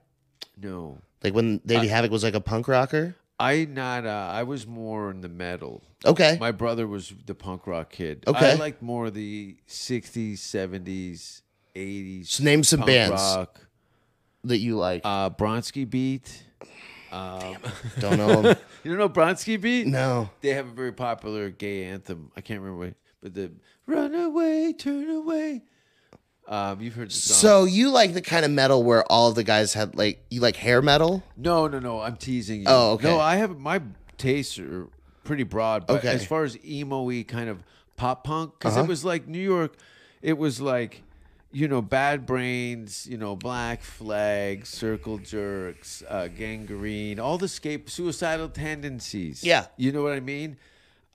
[SPEAKER 6] No.
[SPEAKER 7] Like when Davey
[SPEAKER 6] Uh,
[SPEAKER 7] Havoc was like a punk rocker?
[SPEAKER 6] I not uh, I was more in the metal.
[SPEAKER 7] Okay.
[SPEAKER 6] My brother was the punk rock kid. I
[SPEAKER 7] Okay.
[SPEAKER 6] liked more the 60s, 70s, 80s.
[SPEAKER 7] So name some
[SPEAKER 6] punk
[SPEAKER 7] bands.
[SPEAKER 6] Rock.
[SPEAKER 7] that you like.
[SPEAKER 6] Uh Bronsky Beat.
[SPEAKER 7] Don't know 'em.
[SPEAKER 6] You don't know Bronsky Beat?
[SPEAKER 7] no.
[SPEAKER 6] They have a very popular gay anthem. I can't remember what, but the Run Away, Turn Away. Um, you've heard the song.
[SPEAKER 7] So you like the kind of metal where all the guys had like you like hair metal?
[SPEAKER 6] No, no, no. I'm teasing you.
[SPEAKER 7] Oh, okay.
[SPEAKER 6] No, I have my tastes are pretty broad. But
[SPEAKER 7] Okay. Uh-huh.
[SPEAKER 6] as far as emo-y kind of pop punk, because it was like New York, it was like, you know, Bad Brains, you know, Black Flag, Circle Jerks, uh, Gangrene, all the scape, suicidal tendencies.
[SPEAKER 7] Yeah.
[SPEAKER 6] You know what I mean?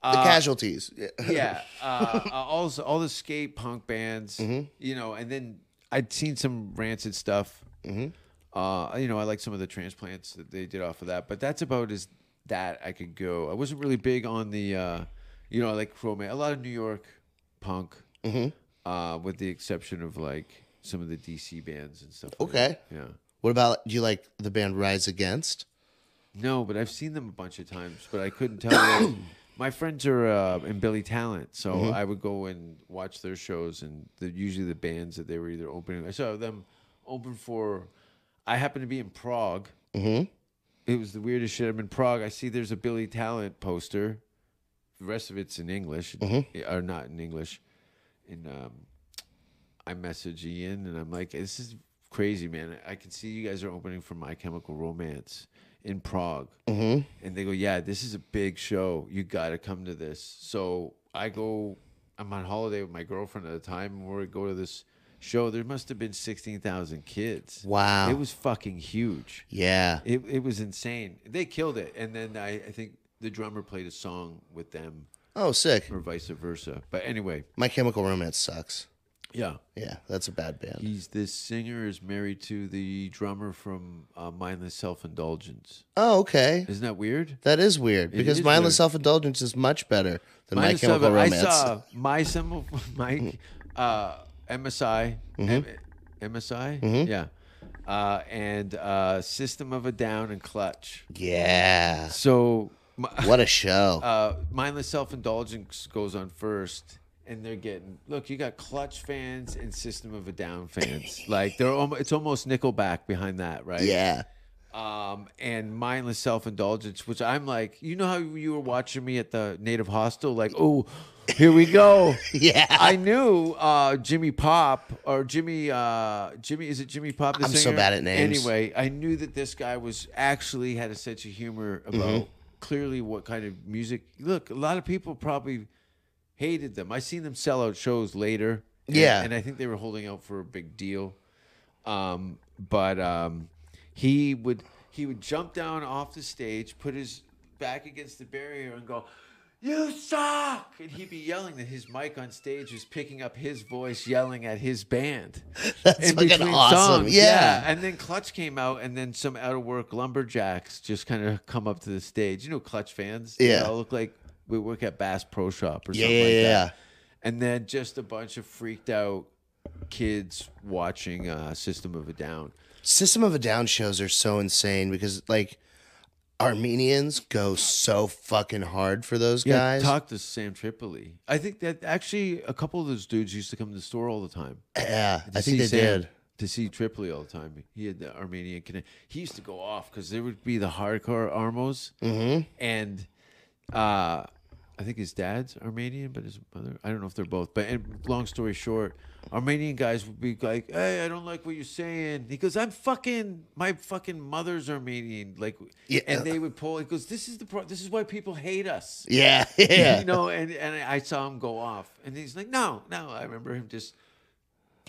[SPEAKER 7] The
[SPEAKER 6] Uh.
[SPEAKER 7] casualties.
[SPEAKER 6] yeah, uh, uh, all this- all the skate punk bands, you know, and then I'd seen some rancid stuff. Uh, you know, I like some of the transplants that they did off of that, but that's about as that I could go. I wasn't really big on the, uh, you know, I like Chroma, a lot of New York punk, uh, with the exception of like some of the DC bands and stuff. like
[SPEAKER 7] Okay.
[SPEAKER 6] that. yeah.
[SPEAKER 7] What about do you like the band Rise Against?
[SPEAKER 6] No, but I've seen them a bunch of times, but I couldn't tell you. My friends are uh, in Billy Talent, so I would go and watch their shows, and the, usually the bands that they were either opening. I saw them open for. I happened to be in Prague. Mm-hmm. It was the weirdest shit. I'm in Prague. I see there's a Billy Talent poster. The rest of it's in English, or not in English. And um, I message Ian and I'm like, this is crazy, man. I can see you guys are opening for My Chemical Romance in Prague. Mm-hmm. And they go, yeah, this is a big show. You got to come to this. So I go, I'm on holiday with my girlfriend at the time, and we go to this show. There must have been 16,000 kids.
[SPEAKER 7] Wow.
[SPEAKER 6] It was fucking huge.
[SPEAKER 7] Yeah.
[SPEAKER 6] It, it was insane. They killed it. And then I, I think the drummer played a song with them
[SPEAKER 7] Oh, sick.
[SPEAKER 6] or vice versa. But anyway,
[SPEAKER 7] My Chemical Romance sucks.
[SPEAKER 6] yeah.
[SPEAKER 7] Yeah, that's a bad band.
[SPEAKER 6] He's this singer is married to the drummer from uh, Mindless Self Indulgence.
[SPEAKER 7] Oh, okay.
[SPEAKER 6] Isn't that weird?
[SPEAKER 7] That is weird because
[SPEAKER 6] is
[SPEAKER 7] mindless
[SPEAKER 6] weird.
[SPEAKER 7] self indulgence is much better than
[SPEAKER 6] Mindless
[SPEAKER 7] My Chemical
[SPEAKER 6] Self-
[SPEAKER 7] Romance.
[SPEAKER 6] I saw my some my uh, MSI
[SPEAKER 7] Mm-hmm.
[SPEAKER 6] M- MSI yeah, uh, and uh, System of a Down and Clutch.
[SPEAKER 7] Yeah.
[SPEAKER 6] So my,
[SPEAKER 7] What a show.
[SPEAKER 6] uh, mindless self indulgence goes on first, and they're getting look. You got Clutch fans and System of a Down fans. like they're almost, it's almost Nickelback behind that, right?
[SPEAKER 7] yeah.
[SPEAKER 6] um, and mindless self indulgence, which I'm like, you know how you were watching me at the native hostel, like, oh, here we go.
[SPEAKER 7] Yeah.
[SPEAKER 6] I knew uh, Jimmy Pop or Jimmy uh, Jimmy is it Jimmy Pop? The
[SPEAKER 7] I'm so
[SPEAKER 6] singer?
[SPEAKER 7] bad at names.
[SPEAKER 6] Anyway, I knew that this guy was actually had a sense of humor about
[SPEAKER 7] Mm-hmm.
[SPEAKER 6] clearly what kind of music. Look, a lot of people probably hated them. I seen them sell out shows later. and-
[SPEAKER 7] Yeah.
[SPEAKER 6] and I think they were holding out for a big deal. Um, but um, He would he would jump down off the stage, put his back against the barrier, and go, "You suck!" And he'd be yelling that his mic on stage was picking up his voice, yelling at his band.
[SPEAKER 7] That's fucking awesome. Yeah.
[SPEAKER 6] And then Clutch came out, and then some out of work lumberjacks just kind of come up to the stage. You know, Clutch fans. They
[SPEAKER 7] Yeah.
[SPEAKER 6] all look like we work at Bass Pro Shop or
[SPEAKER 7] Yeah,
[SPEAKER 6] something
[SPEAKER 7] yeah,
[SPEAKER 6] like
[SPEAKER 7] yeah.
[SPEAKER 6] that. And then just a bunch of freaked out kids watching uh, System of a Down.
[SPEAKER 7] System of a Down shows are so insane because like Armenians go so fucking hard for those guys.
[SPEAKER 6] talk to Sam Tripoli. I think that actually a couple of those dudes used to come to the store all the time.
[SPEAKER 7] yeah,
[SPEAKER 6] to
[SPEAKER 7] I think
[SPEAKER 6] see
[SPEAKER 7] they
[SPEAKER 6] Sam-
[SPEAKER 7] did.
[SPEAKER 6] To see Tripoli all the time. He had the Armenian connection. He used to go off because there would be the hardcore Armos.
[SPEAKER 7] Mm-hmm.
[SPEAKER 6] And uh, I think his dad's Armenian, but his mother, I don't know if they're both. But and long story short, Armenian guys would be like, hey, I don't like what you're saying. He goes, I'm fucking, my fucking mother's Armenian. Like,
[SPEAKER 7] Yeah. uh,
[SPEAKER 6] And they would pull, he goes, this is the pro, this is why people hate us
[SPEAKER 7] Yeah, yeah.
[SPEAKER 6] you know, and, and I saw him go off, and he's like, no, no. I remember him just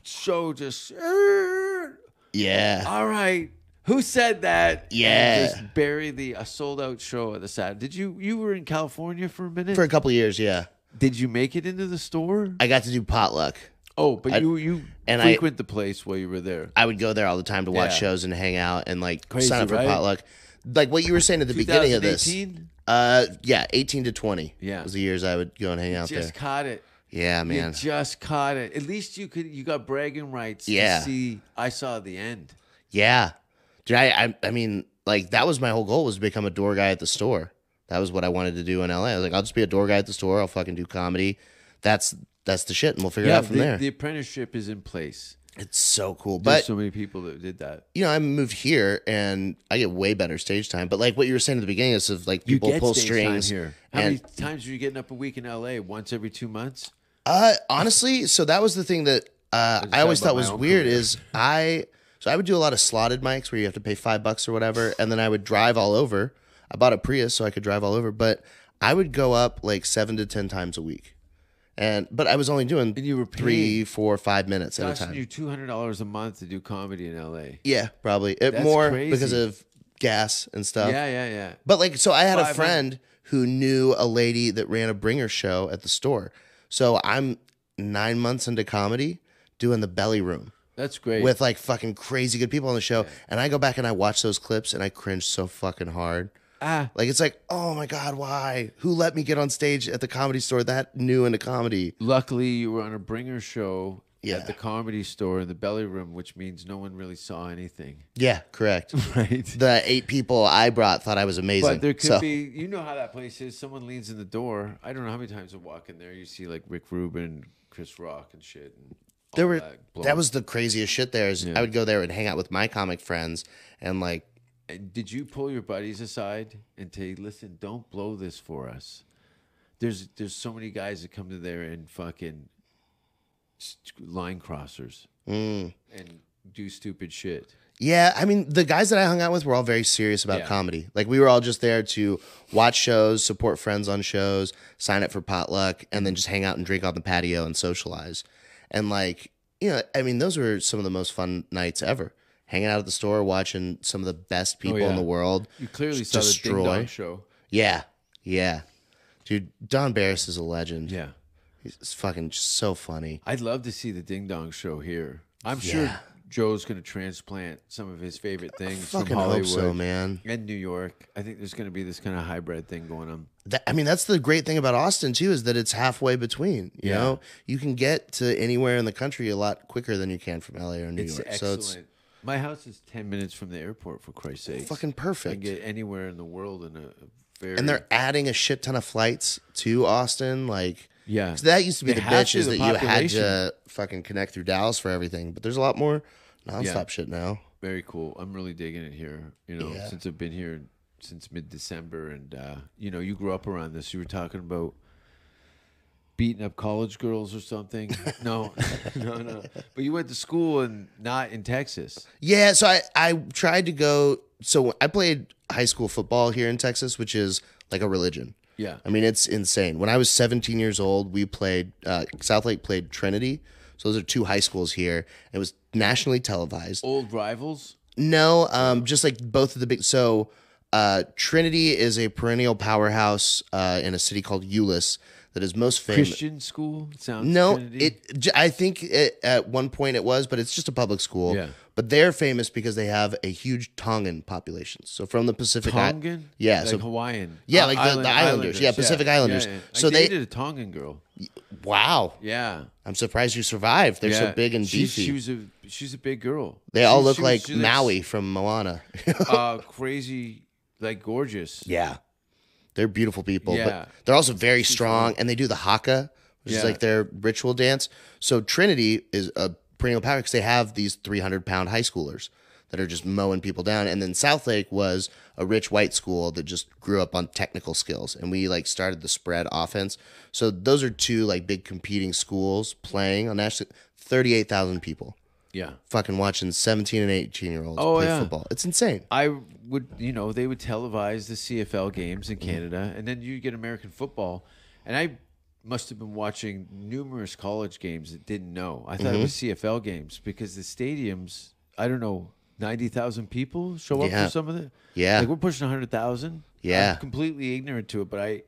[SPEAKER 6] so just, "Er,
[SPEAKER 7] yeah.
[SPEAKER 6] all right, who said that? And
[SPEAKER 7] Yeah.
[SPEAKER 6] just bury the a sold out show at the side. Did you you were in California for a minute?
[SPEAKER 7] For a couple years, yeah.
[SPEAKER 6] Did you make it into the store?
[SPEAKER 7] I got to do potluck.
[SPEAKER 6] oh, but
[SPEAKER 7] I-
[SPEAKER 6] you you
[SPEAKER 7] and I-
[SPEAKER 6] frequent the place while you were there.
[SPEAKER 7] I would go there all the time to watch
[SPEAKER 6] Yeah.
[SPEAKER 7] shows and hang out and like
[SPEAKER 6] Crazy,
[SPEAKER 7] sign up for
[SPEAKER 6] right?
[SPEAKER 7] potluck. Like what you were saying at the beginning of this.
[SPEAKER 6] 2018?
[SPEAKER 7] Uh, yeah, eighteen to twenty.
[SPEAKER 6] Yeah.
[SPEAKER 7] was the years I would go and hang out
[SPEAKER 6] Just
[SPEAKER 7] there.
[SPEAKER 6] caught it.
[SPEAKER 7] Yeah, man.
[SPEAKER 6] You just caught it. At least you could you got bragging rights. to
[SPEAKER 7] Yeah.
[SPEAKER 6] see, I saw the end.
[SPEAKER 7] Yeah, dude. I, I I mean, like that was my whole goal was to become a door guy at the store. That was what I wanted to do in LA. I was like, I'll just be a door guy at the store. I'll fucking do comedy. That's that's the shit, and we'll figure it out from
[SPEAKER 6] the,
[SPEAKER 7] there.
[SPEAKER 6] the apprenticeship is in place.
[SPEAKER 7] it's so cool,
[SPEAKER 6] There's
[SPEAKER 7] but
[SPEAKER 6] so many people that did that.
[SPEAKER 7] you know, I moved here and I get way better stage time. But like what you were saying at the beginning, is of like people pull
[SPEAKER 6] stage time
[SPEAKER 7] strings
[SPEAKER 6] here. How
[SPEAKER 7] and
[SPEAKER 6] many times are you getting up a week in LA? Once every two months?
[SPEAKER 7] Uh, honestly, so that was the thing that uh, I always
[SPEAKER 6] about
[SPEAKER 7] thought
[SPEAKER 6] my
[SPEAKER 7] was
[SPEAKER 6] own
[SPEAKER 7] weird
[SPEAKER 6] career.
[SPEAKER 7] is I so I would do a lot of slotted mics where you have to pay five bucks or whatever, and then I would drive all over. I bought a Prius so I could drive all over, but I would go up like seven to ten times a week, and but I was only doing
[SPEAKER 6] And you were
[SPEAKER 7] three,
[SPEAKER 6] paying-
[SPEAKER 7] four, five minutes at a
[SPEAKER 6] Costing
[SPEAKER 7] time.
[SPEAKER 6] you two hundred dollars a month to do comedy in LA.
[SPEAKER 7] yeah, probably it
[SPEAKER 6] That's
[SPEAKER 7] more
[SPEAKER 6] crazy.
[SPEAKER 7] because of gas and stuff.
[SPEAKER 6] yeah, yeah, yeah.
[SPEAKER 7] But like, so I had a
[SPEAKER 6] 500.
[SPEAKER 7] friend who knew a lady that ran a bringer show at the store. So I'm nine months into comedy doing the belly room
[SPEAKER 6] That's great.
[SPEAKER 7] with like fucking crazy good people on the show. And I go back and I watch those clips and I cringe so fucking hard.
[SPEAKER 6] ah,
[SPEAKER 7] Like, it's like, oh my God, why? Who let me get on stage at the comedy store that new into comedy?
[SPEAKER 6] luckily you were on a bringer show
[SPEAKER 7] Yeah.
[SPEAKER 6] at the comedy store in the belly room, which means no one really saw anything.
[SPEAKER 7] Yeah, correct.
[SPEAKER 6] Right.
[SPEAKER 7] the eight people I brought thought I was amazing.
[SPEAKER 6] But there could
[SPEAKER 7] So-
[SPEAKER 6] be, you know how that place is. Someone leans in the door. I don't know how many times I walk in there. You see like Rick Rubin, Chris Rock, and shit. And all
[SPEAKER 7] there were
[SPEAKER 6] that,
[SPEAKER 7] that,
[SPEAKER 6] blowing-
[SPEAKER 7] was the craziest shit there is I would go there and hang out with my comic friends and like
[SPEAKER 6] And did you pull your buddies aside and say, "Listen, don't blow this for us"? There's there's so many guys that come to there and fucking st- line crossers
[SPEAKER 7] Mm.
[SPEAKER 6] and do stupid shit.
[SPEAKER 7] Yeah, I mean, the guys that I hung out with were all very serious about
[SPEAKER 6] Yeah.
[SPEAKER 7] comedy. Like, we were all just there to watch shows, support friends on shows, sign up for potluck, and
[SPEAKER 6] Mm-hmm.
[SPEAKER 7] then just hang out and drink on the patio and socialize. And, like, you know, I mean, those were some of the most fun nights ever. Hanging out at the store, watching some of the best people in
[SPEAKER 6] Oh, yeah.
[SPEAKER 7] the world.
[SPEAKER 6] You clearly
[SPEAKER 7] just
[SPEAKER 6] saw the Ding Dong show.
[SPEAKER 7] Yeah, yeah. Dude, Don Barris is a legend.
[SPEAKER 6] Yeah,
[SPEAKER 7] He's fucking just so funny.
[SPEAKER 6] I'd love to see the Ding Dong show here. I'm sure
[SPEAKER 7] Yeah.
[SPEAKER 6] Joe's gonna transplant some of his favorite things from
[SPEAKER 7] fucking hope
[SPEAKER 6] Hollywood
[SPEAKER 7] so, man.
[SPEAKER 6] and New York. I think there's gonna be this kind of hybrid thing going on.
[SPEAKER 7] that, I mean, that's the great thing about Austin too is that it's halfway between. You
[SPEAKER 6] Yeah.
[SPEAKER 7] know, you can get to anywhere in the country a lot quicker than you can from LA or New
[SPEAKER 6] It's
[SPEAKER 7] York.
[SPEAKER 6] excellent.
[SPEAKER 7] So
[SPEAKER 6] My house is ten minutes from the airport. For Christ's sake,
[SPEAKER 7] it's fucking
[SPEAKER 6] I
[SPEAKER 7] perfect.
[SPEAKER 6] can get anywhere in the world in a a very
[SPEAKER 7] and they're adding a shit ton of flights to Austin. Like,
[SPEAKER 6] yeah.
[SPEAKER 7] 'cause that used to be
[SPEAKER 6] They
[SPEAKER 7] the
[SPEAKER 6] have
[SPEAKER 7] bitch
[SPEAKER 6] to,
[SPEAKER 7] is
[SPEAKER 6] the
[SPEAKER 7] that you had to
[SPEAKER 6] population.
[SPEAKER 7] fucking connect through Dallas for everything. But there's a lot more nonstop
[SPEAKER 6] Yeah.
[SPEAKER 7] shit now.
[SPEAKER 6] very cool. I'm really digging it here. You know,
[SPEAKER 7] Yeah.
[SPEAKER 6] since I've been here since mid December, and uh, you know, you grew up around this. You were talking about beating up college girls or something. No, no, no. But you went to school and not in Texas.
[SPEAKER 7] Yeah, so I, I tried to go. So I played high school football here in Texas, which is like a religion.
[SPEAKER 6] Yeah.
[SPEAKER 7] I mean, it's insane. When I was 17 years old, we played, uh, South Lake played Trinity. So those are two high schools here. It was nationally televised.
[SPEAKER 6] Old rivals.
[SPEAKER 7] No, um, just like both of the big. So, uh, Trinity is a perennial powerhouse uh, in a city called Euless that is most famous.
[SPEAKER 6] Christian school It sounds
[SPEAKER 7] No,
[SPEAKER 6] Trinity.
[SPEAKER 7] it. j- I think it, at one point it was, but it's just a public school.
[SPEAKER 6] Yeah.
[SPEAKER 7] But they're famous because they have a huge Tongan population. So from the Pacific I-
[SPEAKER 6] Tongan,
[SPEAKER 7] yeah.
[SPEAKER 6] like
[SPEAKER 7] so
[SPEAKER 6] Hawaiian,
[SPEAKER 7] Yeah,
[SPEAKER 6] Uh,
[SPEAKER 7] like the- the Islanders. Yeah, Pacific Islanders.
[SPEAKER 6] I
[SPEAKER 7] So they-
[SPEAKER 6] dated a Tongan girl.
[SPEAKER 7] wow,
[SPEAKER 6] Yeah,
[SPEAKER 7] I'm surprised you survived. They're
[SPEAKER 6] Yeah.
[SPEAKER 7] so big and
[SPEAKER 6] She-
[SPEAKER 7] beefy.
[SPEAKER 6] She was a she's a big girl.
[SPEAKER 7] they all
[SPEAKER 6] She-
[SPEAKER 7] look
[SPEAKER 6] she was-
[SPEAKER 7] like
[SPEAKER 6] she looks,
[SPEAKER 7] Maui from Moana.
[SPEAKER 6] uh, crazy, like gorgeous.
[SPEAKER 7] Yeah. They're beautiful people,
[SPEAKER 6] Yeah.
[SPEAKER 7] but they're also very strong and they do the haka, which is
[SPEAKER 6] Yeah.
[SPEAKER 7] like their ritual dance. So Trinity is a perennial power because they have these 300 pound high schoolers that are just mowing people down. And then Southlake was a rich white school that just grew up on technical skills. And we like started the spread offense. So those are two like big competing schools playing on national 38,000 people
[SPEAKER 6] Yeah,
[SPEAKER 7] fucking watching 17 and 18 year olds
[SPEAKER 6] Oh,
[SPEAKER 7] play
[SPEAKER 6] yeah.
[SPEAKER 7] football. It's insane.
[SPEAKER 6] I would, you know, they would televise the CFL games in
[SPEAKER 7] Mm-hmm.
[SPEAKER 6] Canada, and then you get American football. And I must have been watching numerous college games that didn't know. I thought
[SPEAKER 7] Mm-hmm.
[SPEAKER 6] it was CFL games because the stadiums, I don't know, 90,000 people show up
[SPEAKER 7] Yeah.
[SPEAKER 6] for some of the.
[SPEAKER 7] Yeah.
[SPEAKER 6] Like we're pushing 100,000.
[SPEAKER 7] Yeah.
[SPEAKER 6] I'm completely ignorant to it, but I,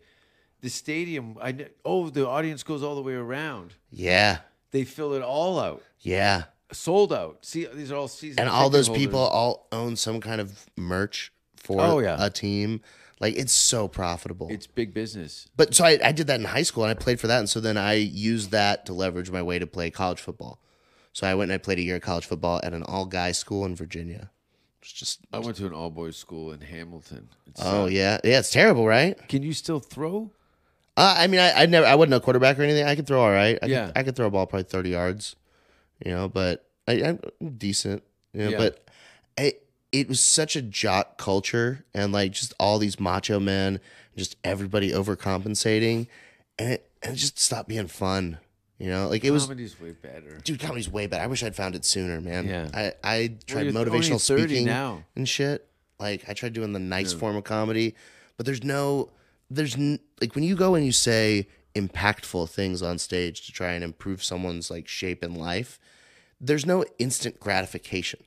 [SPEAKER 6] the stadium, I, kn- oh, the audience goes all the way around.
[SPEAKER 7] Yeah.
[SPEAKER 6] They fill it all out,
[SPEAKER 7] Yeah.
[SPEAKER 6] sold out. See, these are all season.
[SPEAKER 7] and all
[SPEAKER 6] ticket
[SPEAKER 7] those
[SPEAKER 6] holders.
[SPEAKER 7] people all own some kind of merch for
[SPEAKER 6] Oh, yeah.
[SPEAKER 7] a team. Like it's so profitable.
[SPEAKER 6] It's big business.
[SPEAKER 7] but so I, I did that in high school and I played for that. And so then I used that to leverage my way to play college football. So I went and I played a year of college football at an all guy school in Virginia. It's just
[SPEAKER 6] I went to an all boys school in Hamilton. It's,
[SPEAKER 7] oh yeah, yeah, it's terrible, right?
[SPEAKER 6] Can you still throw?
[SPEAKER 7] Uh, I mean, I, I never, I wasn't a quarterback or anything. I could throw all right. I
[SPEAKER 6] Yeah.
[SPEAKER 7] could, I could throw a ball probably thirty yards, you know. But I, I'm decent, you know.
[SPEAKER 6] Yeah.
[SPEAKER 7] But I, it was such a jock culture, and like just all these macho men, just everybody overcompensating, and it, and it just stopped being fun, you know. Like it was,
[SPEAKER 6] Comedy's way better.
[SPEAKER 7] dude, comedy's way better. I wish I'd found it sooner, man.
[SPEAKER 6] Yeah.
[SPEAKER 7] I, I tried
[SPEAKER 6] you're th- only
[SPEAKER 7] motivational
[SPEAKER 6] 30
[SPEAKER 7] speaking
[SPEAKER 6] now.
[SPEAKER 7] and shit. Like I tried doing the nice form of comedy, but there's no, there's n- like when you go and you say impactful things on stage to try and improve someone's like shape in life, there's no instant gratification.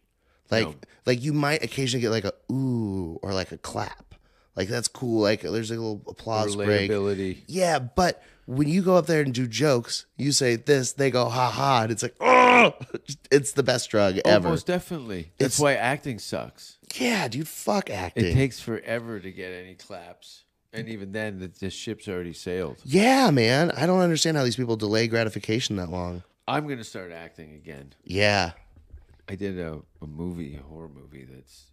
[SPEAKER 7] Like
[SPEAKER 6] No.
[SPEAKER 7] like you might occasionally get like a ooh or like a clap. Like that's cool. Like there's a little applause break.
[SPEAKER 6] Relatability.
[SPEAKER 7] Yeah, but when you go up there and do jokes, you say this, they go ha ha, and it's like oh, it's the best drug ever.
[SPEAKER 6] Almost definitely. That's
[SPEAKER 7] It's-
[SPEAKER 6] why acting sucks.
[SPEAKER 7] Yeah, dude, fuck
[SPEAKER 6] It
[SPEAKER 7] acting.
[SPEAKER 6] takes forever to get any claps, and even then, the, the ship's already sailed.
[SPEAKER 7] yeah, man, I don't understand how these people delay gratification that long.
[SPEAKER 6] I'm gonna start acting again.
[SPEAKER 7] Yeah,
[SPEAKER 6] I did a, a movie, a horror movie that's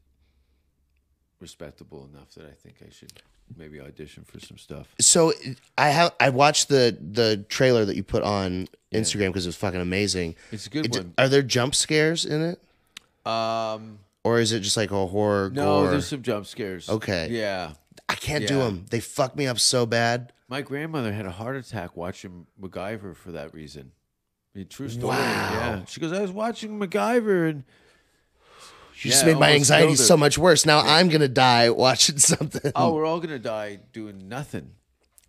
[SPEAKER 6] respectable enough that I think I should maybe audition for some stuff.
[SPEAKER 7] so I have I watched the the trailer that you put on Instagram because it was fucking amazing.
[SPEAKER 6] It's a good
[SPEAKER 7] It-
[SPEAKER 6] one.
[SPEAKER 7] Are there jump scares in it,
[SPEAKER 6] Um,
[SPEAKER 7] or is it just like a horror?
[SPEAKER 6] no,
[SPEAKER 7] gore?
[SPEAKER 6] there's some jump scares.
[SPEAKER 7] Okay.
[SPEAKER 6] Yeah.
[SPEAKER 7] I can't do
[SPEAKER 6] yeah.
[SPEAKER 7] them. They fuck me up so bad.
[SPEAKER 6] My grandmother had a heart attack watching MacGyver for that reason. I mean, true story.
[SPEAKER 7] Wow.
[SPEAKER 6] Yeah. She goes, I was watching MacGyver and
[SPEAKER 7] You just
[SPEAKER 6] Yeah,
[SPEAKER 7] made my
[SPEAKER 6] almost
[SPEAKER 7] anxiety
[SPEAKER 6] killed her.
[SPEAKER 7] so much worse. Now I'm gonna die watching something.
[SPEAKER 6] oh, we're all gonna die doing nothing.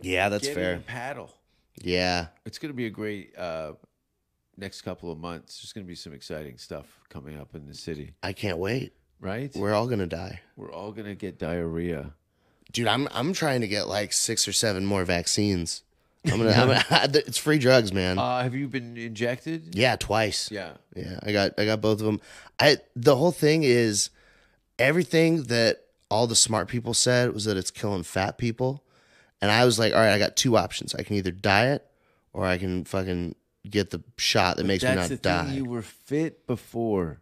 [SPEAKER 7] yeah, that's
[SPEAKER 6] Get in
[SPEAKER 7] fair.
[SPEAKER 6] a paddle.
[SPEAKER 7] Yeah,
[SPEAKER 6] It's gonna be a great uh, next couple of months. There's gonna be some exciting stuff coming up in the city,
[SPEAKER 7] I can't wait.
[SPEAKER 6] right? We're,
[SPEAKER 7] We're all gonna die.
[SPEAKER 6] all gonna get diarrhea.
[SPEAKER 7] dude i'm i'm trying to get like six or seven more vaccines i'm gonna, I'm gonna it's free drugs man
[SPEAKER 6] Uh, have you been injected?
[SPEAKER 7] yeah twice
[SPEAKER 6] Yeah.
[SPEAKER 7] yeah i got i got both of them i the whole thing is everything that all the smart people said was that it's killing fat people and i was like all right i got two options i can either diet or i can fucking get the shot that makes me
[SPEAKER 6] That's
[SPEAKER 7] not
[SPEAKER 6] the
[SPEAKER 7] die
[SPEAKER 6] thing. You were fit before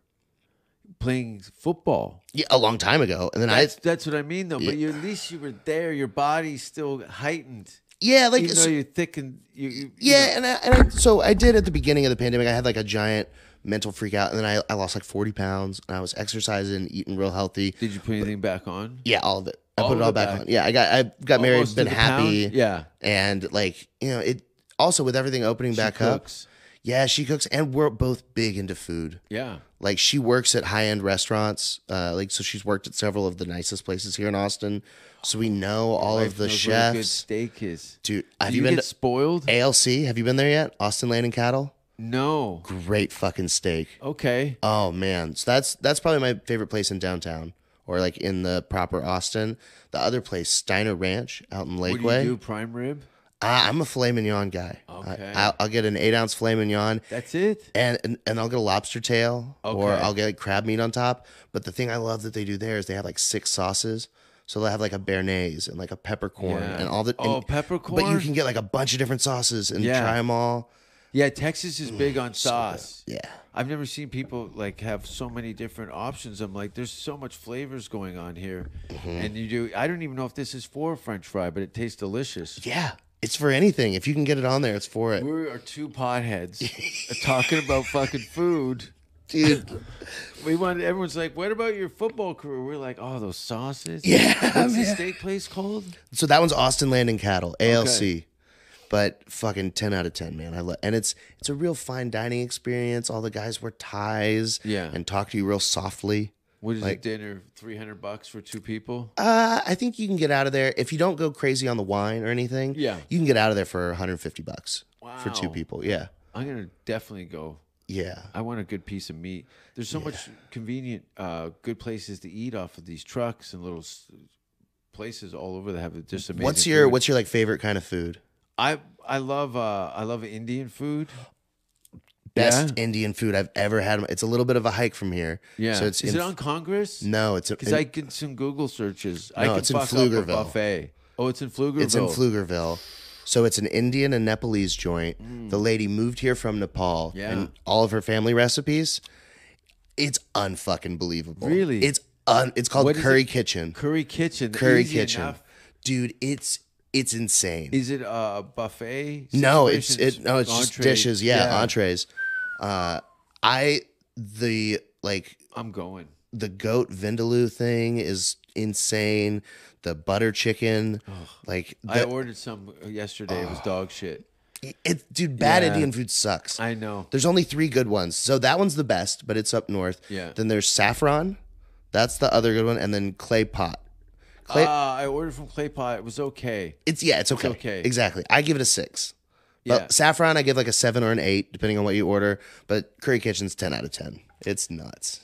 [SPEAKER 6] playing football.
[SPEAKER 7] yeah, a long time ago and then i
[SPEAKER 6] That's, that's what I mean, though. But you, at least you were there. Your body's still heightened,
[SPEAKER 7] yeah like
[SPEAKER 6] even
[SPEAKER 7] so-
[SPEAKER 6] though you're thick and you. you you
[SPEAKER 7] Yeah,
[SPEAKER 6] know.
[SPEAKER 7] and, I, and I, so I did at the beginning of the pandemic. I had like a giant mental freak out, and then I, I lost like 40 pounds, and I was exercising, eating real healthy.
[SPEAKER 6] Did you put anything back on?
[SPEAKER 7] Yeah, all of it. I
[SPEAKER 6] All
[SPEAKER 7] put
[SPEAKER 6] of
[SPEAKER 7] it all
[SPEAKER 6] it
[SPEAKER 7] back,
[SPEAKER 6] back.
[SPEAKER 7] on. Yeah, I got I got married,
[SPEAKER 6] Almost to
[SPEAKER 7] been
[SPEAKER 6] the pound?
[SPEAKER 7] happy.
[SPEAKER 6] Yeah.
[SPEAKER 7] and like you know, it also with everything opening back
[SPEAKER 6] cooks.
[SPEAKER 7] up. Yeah, she cooks, and we're both big into food.
[SPEAKER 6] Yeah.
[SPEAKER 7] Like she works at high end restaurants. Uh, like so, she's worked at several of the nicest places here in Austin. So we know all
[SPEAKER 6] Wife
[SPEAKER 7] of the
[SPEAKER 6] knows what a good
[SPEAKER 7] chefs.
[SPEAKER 6] steak is.
[SPEAKER 7] Dude,
[SPEAKER 6] Do
[SPEAKER 7] have
[SPEAKER 6] you,
[SPEAKER 7] you been
[SPEAKER 6] get
[SPEAKER 7] to
[SPEAKER 6] spoiled?
[SPEAKER 7] ALC? Have you been there yet? Austin Land and Cattle.
[SPEAKER 6] No.
[SPEAKER 7] Great fucking steak.
[SPEAKER 6] Okay.
[SPEAKER 7] Oh man, so that's that's probably my favorite place in downtown or like in the proper Austin. The other place, Steiner Ranch, out in
[SPEAKER 6] What do you
[SPEAKER 7] Lakeway.
[SPEAKER 6] do? Prime rib.
[SPEAKER 7] I, I'm a filet mignon guy.
[SPEAKER 6] Okay.
[SPEAKER 7] I, I'll, I'll get an eight ounce filet mignon.
[SPEAKER 6] That's it.
[SPEAKER 7] and, and and I'll get a lobster tail or
[SPEAKER 6] Okay.
[SPEAKER 7] I'll get crab meat on top. But the thing I love that they do there is they have like six sauces. So they'll have like a béarnaise and like a peppercorn
[SPEAKER 6] Yeah.
[SPEAKER 7] and all the
[SPEAKER 6] Oh,
[SPEAKER 7] and- But you
[SPEAKER 6] peppercorn?
[SPEAKER 7] can get like a bunch of different sauces and
[SPEAKER 6] Yeah.
[SPEAKER 7] try them all.
[SPEAKER 6] Yeah, Texas is big on sauce.
[SPEAKER 7] Yeah,
[SPEAKER 6] I've never seen people like have so many different options. I'm like, there's so much flavors going on here,
[SPEAKER 7] Mm-hmm.
[SPEAKER 6] and you do. I don't even know if this is for a French fry, but it tastes delicious.
[SPEAKER 7] yeah. It's for anything. If you can get it on there, it's for it,
[SPEAKER 6] We are two potheads talking about fucking food.
[SPEAKER 7] dude.
[SPEAKER 6] We wanted everyone's like, what about your football career? We're like, oh, those sauces.
[SPEAKER 7] Yeah,
[SPEAKER 6] what's the
[SPEAKER 7] man.
[SPEAKER 6] steak place called?
[SPEAKER 7] so that one's Austin Land and Cattle ALC. But fucking ten out of ten, man. I love, and it's it's a real fine dining experience. All the guys wear ties,
[SPEAKER 6] Yeah.
[SPEAKER 7] and talk to you real softly.
[SPEAKER 6] What is
[SPEAKER 7] Like-
[SPEAKER 6] a dinner? Three hundred bucks for two people.
[SPEAKER 7] Uh, I think you can get out of there if you don't go crazy on the wine or anything.
[SPEAKER 6] Yeah.
[SPEAKER 7] you can get out of there for 150 bucks for two
[SPEAKER 6] Wow.
[SPEAKER 7] people. Yeah,
[SPEAKER 6] I'm gonna definitely go.
[SPEAKER 7] yeah,
[SPEAKER 6] I want a good piece of meat. There's so much convenient, uh, good places to eat off of these trucks and little s- places all over that have just amazing.
[SPEAKER 7] what's your
[SPEAKER 6] food.
[SPEAKER 7] what's your like favorite kind of food?
[SPEAKER 6] I I love uh, I love Indian food.
[SPEAKER 7] Best
[SPEAKER 6] Yeah.
[SPEAKER 7] Indian food I've ever had. It's a little bit of a hike from here.
[SPEAKER 6] Yeah.
[SPEAKER 7] so it's
[SPEAKER 6] is
[SPEAKER 7] in,
[SPEAKER 6] it on Congress?
[SPEAKER 7] No, it's
[SPEAKER 6] Because
[SPEAKER 7] in-
[SPEAKER 6] I did some Google searches. I
[SPEAKER 7] No,
[SPEAKER 6] can
[SPEAKER 7] it's in
[SPEAKER 6] fuck
[SPEAKER 7] Pflugerville.
[SPEAKER 6] up a buffet. Oh, it's in Pflugerville.
[SPEAKER 7] It's in Pflugerville. So it's an Indian and Nepalese joint. The lady moved here from Nepal
[SPEAKER 6] Hmm. Yeah.
[SPEAKER 7] and all of her family recipes. It's unfucking believable.
[SPEAKER 6] Really?
[SPEAKER 7] It's un it's called
[SPEAKER 6] What is
[SPEAKER 7] Curry
[SPEAKER 6] it?
[SPEAKER 7] Kitchen.
[SPEAKER 6] Curry Kitchen.
[SPEAKER 7] Curry
[SPEAKER 6] Easy
[SPEAKER 7] Kitchen.
[SPEAKER 6] enough.
[SPEAKER 7] Dude, it's it's insane.
[SPEAKER 6] Is it a buffet?
[SPEAKER 7] no, it's it
[SPEAKER 6] situation?
[SPEAKER 7] no, it's just
[SPEAKER 6] Entree.
[SPEAKER 7] dishes, yeah, entrees. Uh I the like
[SPEAKER 6] I'm going.
[SPEAKER 7] the goat vindaloo thing is insane. The butter chicken, like
[SPEAKER 6] I
[SPEAKER 7] the,
[SPEAKER 6] ordered some uh, yesterday.
[SPEAKER 7] Ah.
[SPEAKER 6] It was dog shit.
[SPEAKER 7] it, dude, bad
[SPEAKER 6] Yeah.
[SPEAKER 7] Indian food sucks.
[SPEAKER 6] I know.
[SPEAKER 7] There's only three good ones. So that one's the best, but it's up north.
[SPEAKER 6] Yeah.
[SPEAKER 7] Then there's saffron. That's the other good one. And then clay pot. Clay
[SPEAKER 6] Ah, I ordered from Clay Pot. It was okay.
[SPEAKER 7] it's yeah, it's okay.
[SPEAKER 6] okay.
[SPEAKER 7] Exactly. I give it a six.
[SPEAKER 6] Yeah.
[SPEAKER 7] But saffron, I give like a seven or an eight, depending on what you order. But Curry Kitchen's ten out of ten. It's nuts.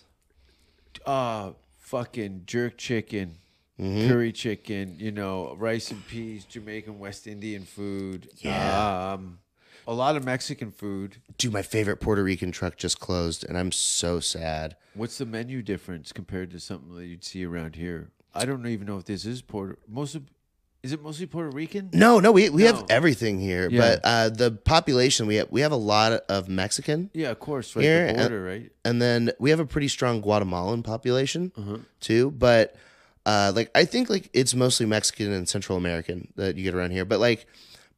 [SPEAKER 6] Ah, fucking jerk chicken,
[SPEAKER 7] Mm-hmm.
[SPEAKER 6] curry chicken. You know, rice and peas, Jamaican West Indian food.
[SPEAKER 7] Yeah.
[SPEAKER 6] Um, a lot of Mexican food.
[SPEAKER 7] Dude, my favorite Puerto Rican truck just closed, and I'm so sad.
[SPEAKER 6] What's the menu difference compared to something that you'd see around here? I don't even know if this is Puerto. Most of, is it mostly Puerto Rican?
[SPEAKER 7] No, no, we, we have
[SPEAKER 6] No.
[SPEAKER 7] everything here,
[SPEAKER 6] Yeah.
[SPEAKER 7] but uh, the population we have we have a lot of Mexican.
[SPEAKER 6] Yeah, of course, right?
[SPEAKER 7] Here, uh,
[SPEAKER 6] the border, right?
[SPEAKER 7] and then we have a pretty strong Guatemalan population
[SPEAKER 6] Mm-hmm.
[SPEAKER 7] too. But uh, like I think like it's mostly Mexican and Central American that you get around here. But like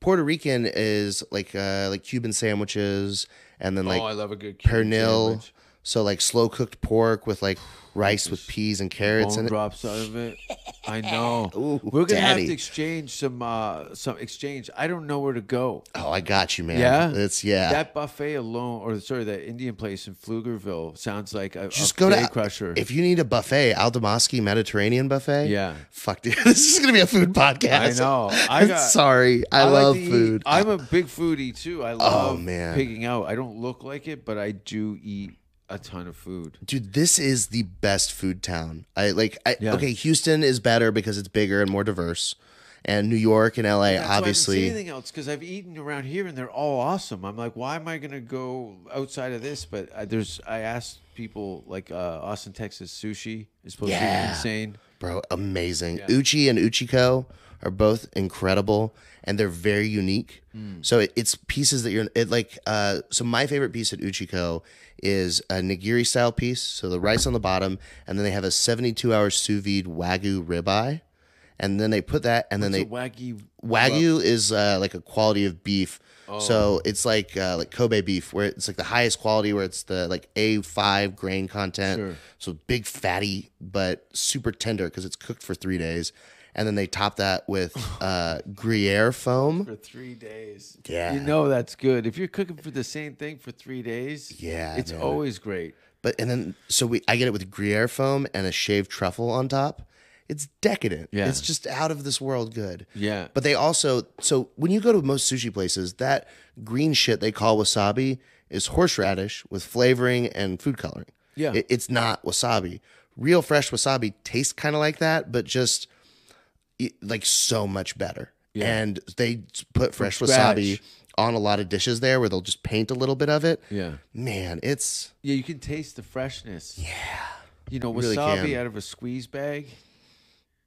[SPEAKER 7] Puerto Rican is like uh, like Cuban sandwiches, and then like
[SPEAKER 6] oh, I love a good Cuban
[SPEAKER 7] pernil.
[SPEAKER 6] sandwich.
[SPEAKER 7] So like slow cooked pork with like rice with peas and carrots
[SPEAKER 6] Bone
[SPEAKER 7] and
[SPEAKER 6] drops out of it. I know.
[SPEAKER 7] Ooh,
[SPEAKER 6] We're gonna have
[SPEAKER 7] daddy.
[SPEAKER 6] to exchange some uh some exchange. I don't know where to go.
[SPEAKER 7] oh I got you man
[SPEAKER 6] Yeah?
[SPEAKER 7] it's yeah
[SPEAKER 6] That buffet alone, or sorry, that Indian place in Pflugerville sounds like a
[SPEAKER 7] just
[SPEAKER 6] a
[SPEAKER 7] go
[SPEAKER 6] day
[SPEAKER 7] to
[SPEAKER 6] Crusher.
[SPEAKER 7] if you need a buffet Aldamaski Mediterranean buffet
[SPEAKER 6] Yeah.
[SPEAKER 7] fuck dude this is gonna be a food podcast
[SPEAKER 6] I know. I
[SPEAKER 7] I am
[SPEAKER 6] got-
[SPEAKER 7] sorry I,
[SPEAKER 6] like
[SPEAKER 7] love
[SPEAKER 6] to eat.
[SPEAKER 7] food Oh,
[SPEAKER 6] I'm a big foodie too. I love
[SPEAKER 7] man.
[SPEAKER 6] pigging out. I don't look like it, but I do eat a ton of food.
[SPEAKER 7] dude this is the best food town i like I,
[SPEAKER 6] Yeah.
[SPEAKER 7] okay houston is better because it's bigger and more diverse and new york and la
[SPEAKER 6] That's why I
[SPEAKER 7] obviously
[SPEAKER 6] haven't seen anything else because I've eaten around here and they're all awesome. I'm like, why am I gonna go outside of this? But I, there's, I asked people like uh, Austin, Texas sushi is supposed to
[SPEAKER 7] Yeah.
[SPEAKER 6] be insane.
[SPEAKER 7] bro amazing uchi and uchiko are both incredible and they're very unique so it, it's pieces that you're it like uh so my favorite piece at uchiko is a nigiri style piece so the rice on the bottom and then they have a 72 hour sous vide wagyu ribeye and then they put that and then
[SPEAKER 6] It's
[SPEAKER 7] they
[SPEAKER 6] a wacky
[SPEAKER 7] Wagyu is uh, like a quality of beef.
[SPEAKER 6] Oh.
[SPEAKER 7] So it's like uh, like Kobe beef, where it's like the highest quality, where it's the like A five grain content. So big, fatty, but super tender because it's cooked for three days, and then they top that with uh, Gruyere foam.
[SPEAKER 6] for three days.
[SPEAKER 7] Yeah.
[SPEAKER 6] You know that's good. If you're cooking for the same thing for three days,
[SPEAKER 7] Yeah,
[SPEAKER 6] it's
[SPEAKER 7] man.
[SPEAKER 6] always great.
[SPEAKER 7] But and then so we I get it with Gruyere foam and a shaved truffle on top. It's decadent.
[SPEAKER 6] Yeah.
[SPEAKER 7] It's just out of this world good.
[SPEAKER 6] Yeah.
[SPEAKER 7] But they also so when you go to most sushi places, that green shit they call wasabi is horseradish with flavoring and food coloring.
[SPEAKER 6] Yeah.
[SPEAKER 7] It- it's not wasabi. Real fresh wasabi tastes kind of like that, but just it- like so much better.
[SPEAKER 6] Yeah.
[SPEAKER 7] And they put fresh
[SPEAKER 6] scratch.
[SPEAKER 7] wasabi on a lot of dishes there where they'll just paint a little bit of it.
[SPEAKER 6] Yeah.
[SPEAKER 7] Man, it's
[SPEAKER 6] Yeah, you can taste the freshness. Yeah. You know,
[SPEAKER 7] really
[SPEAKER 6] wasabi
[SPEAKER 7] can.
[SPEAKER 6] out of a squeeze bag.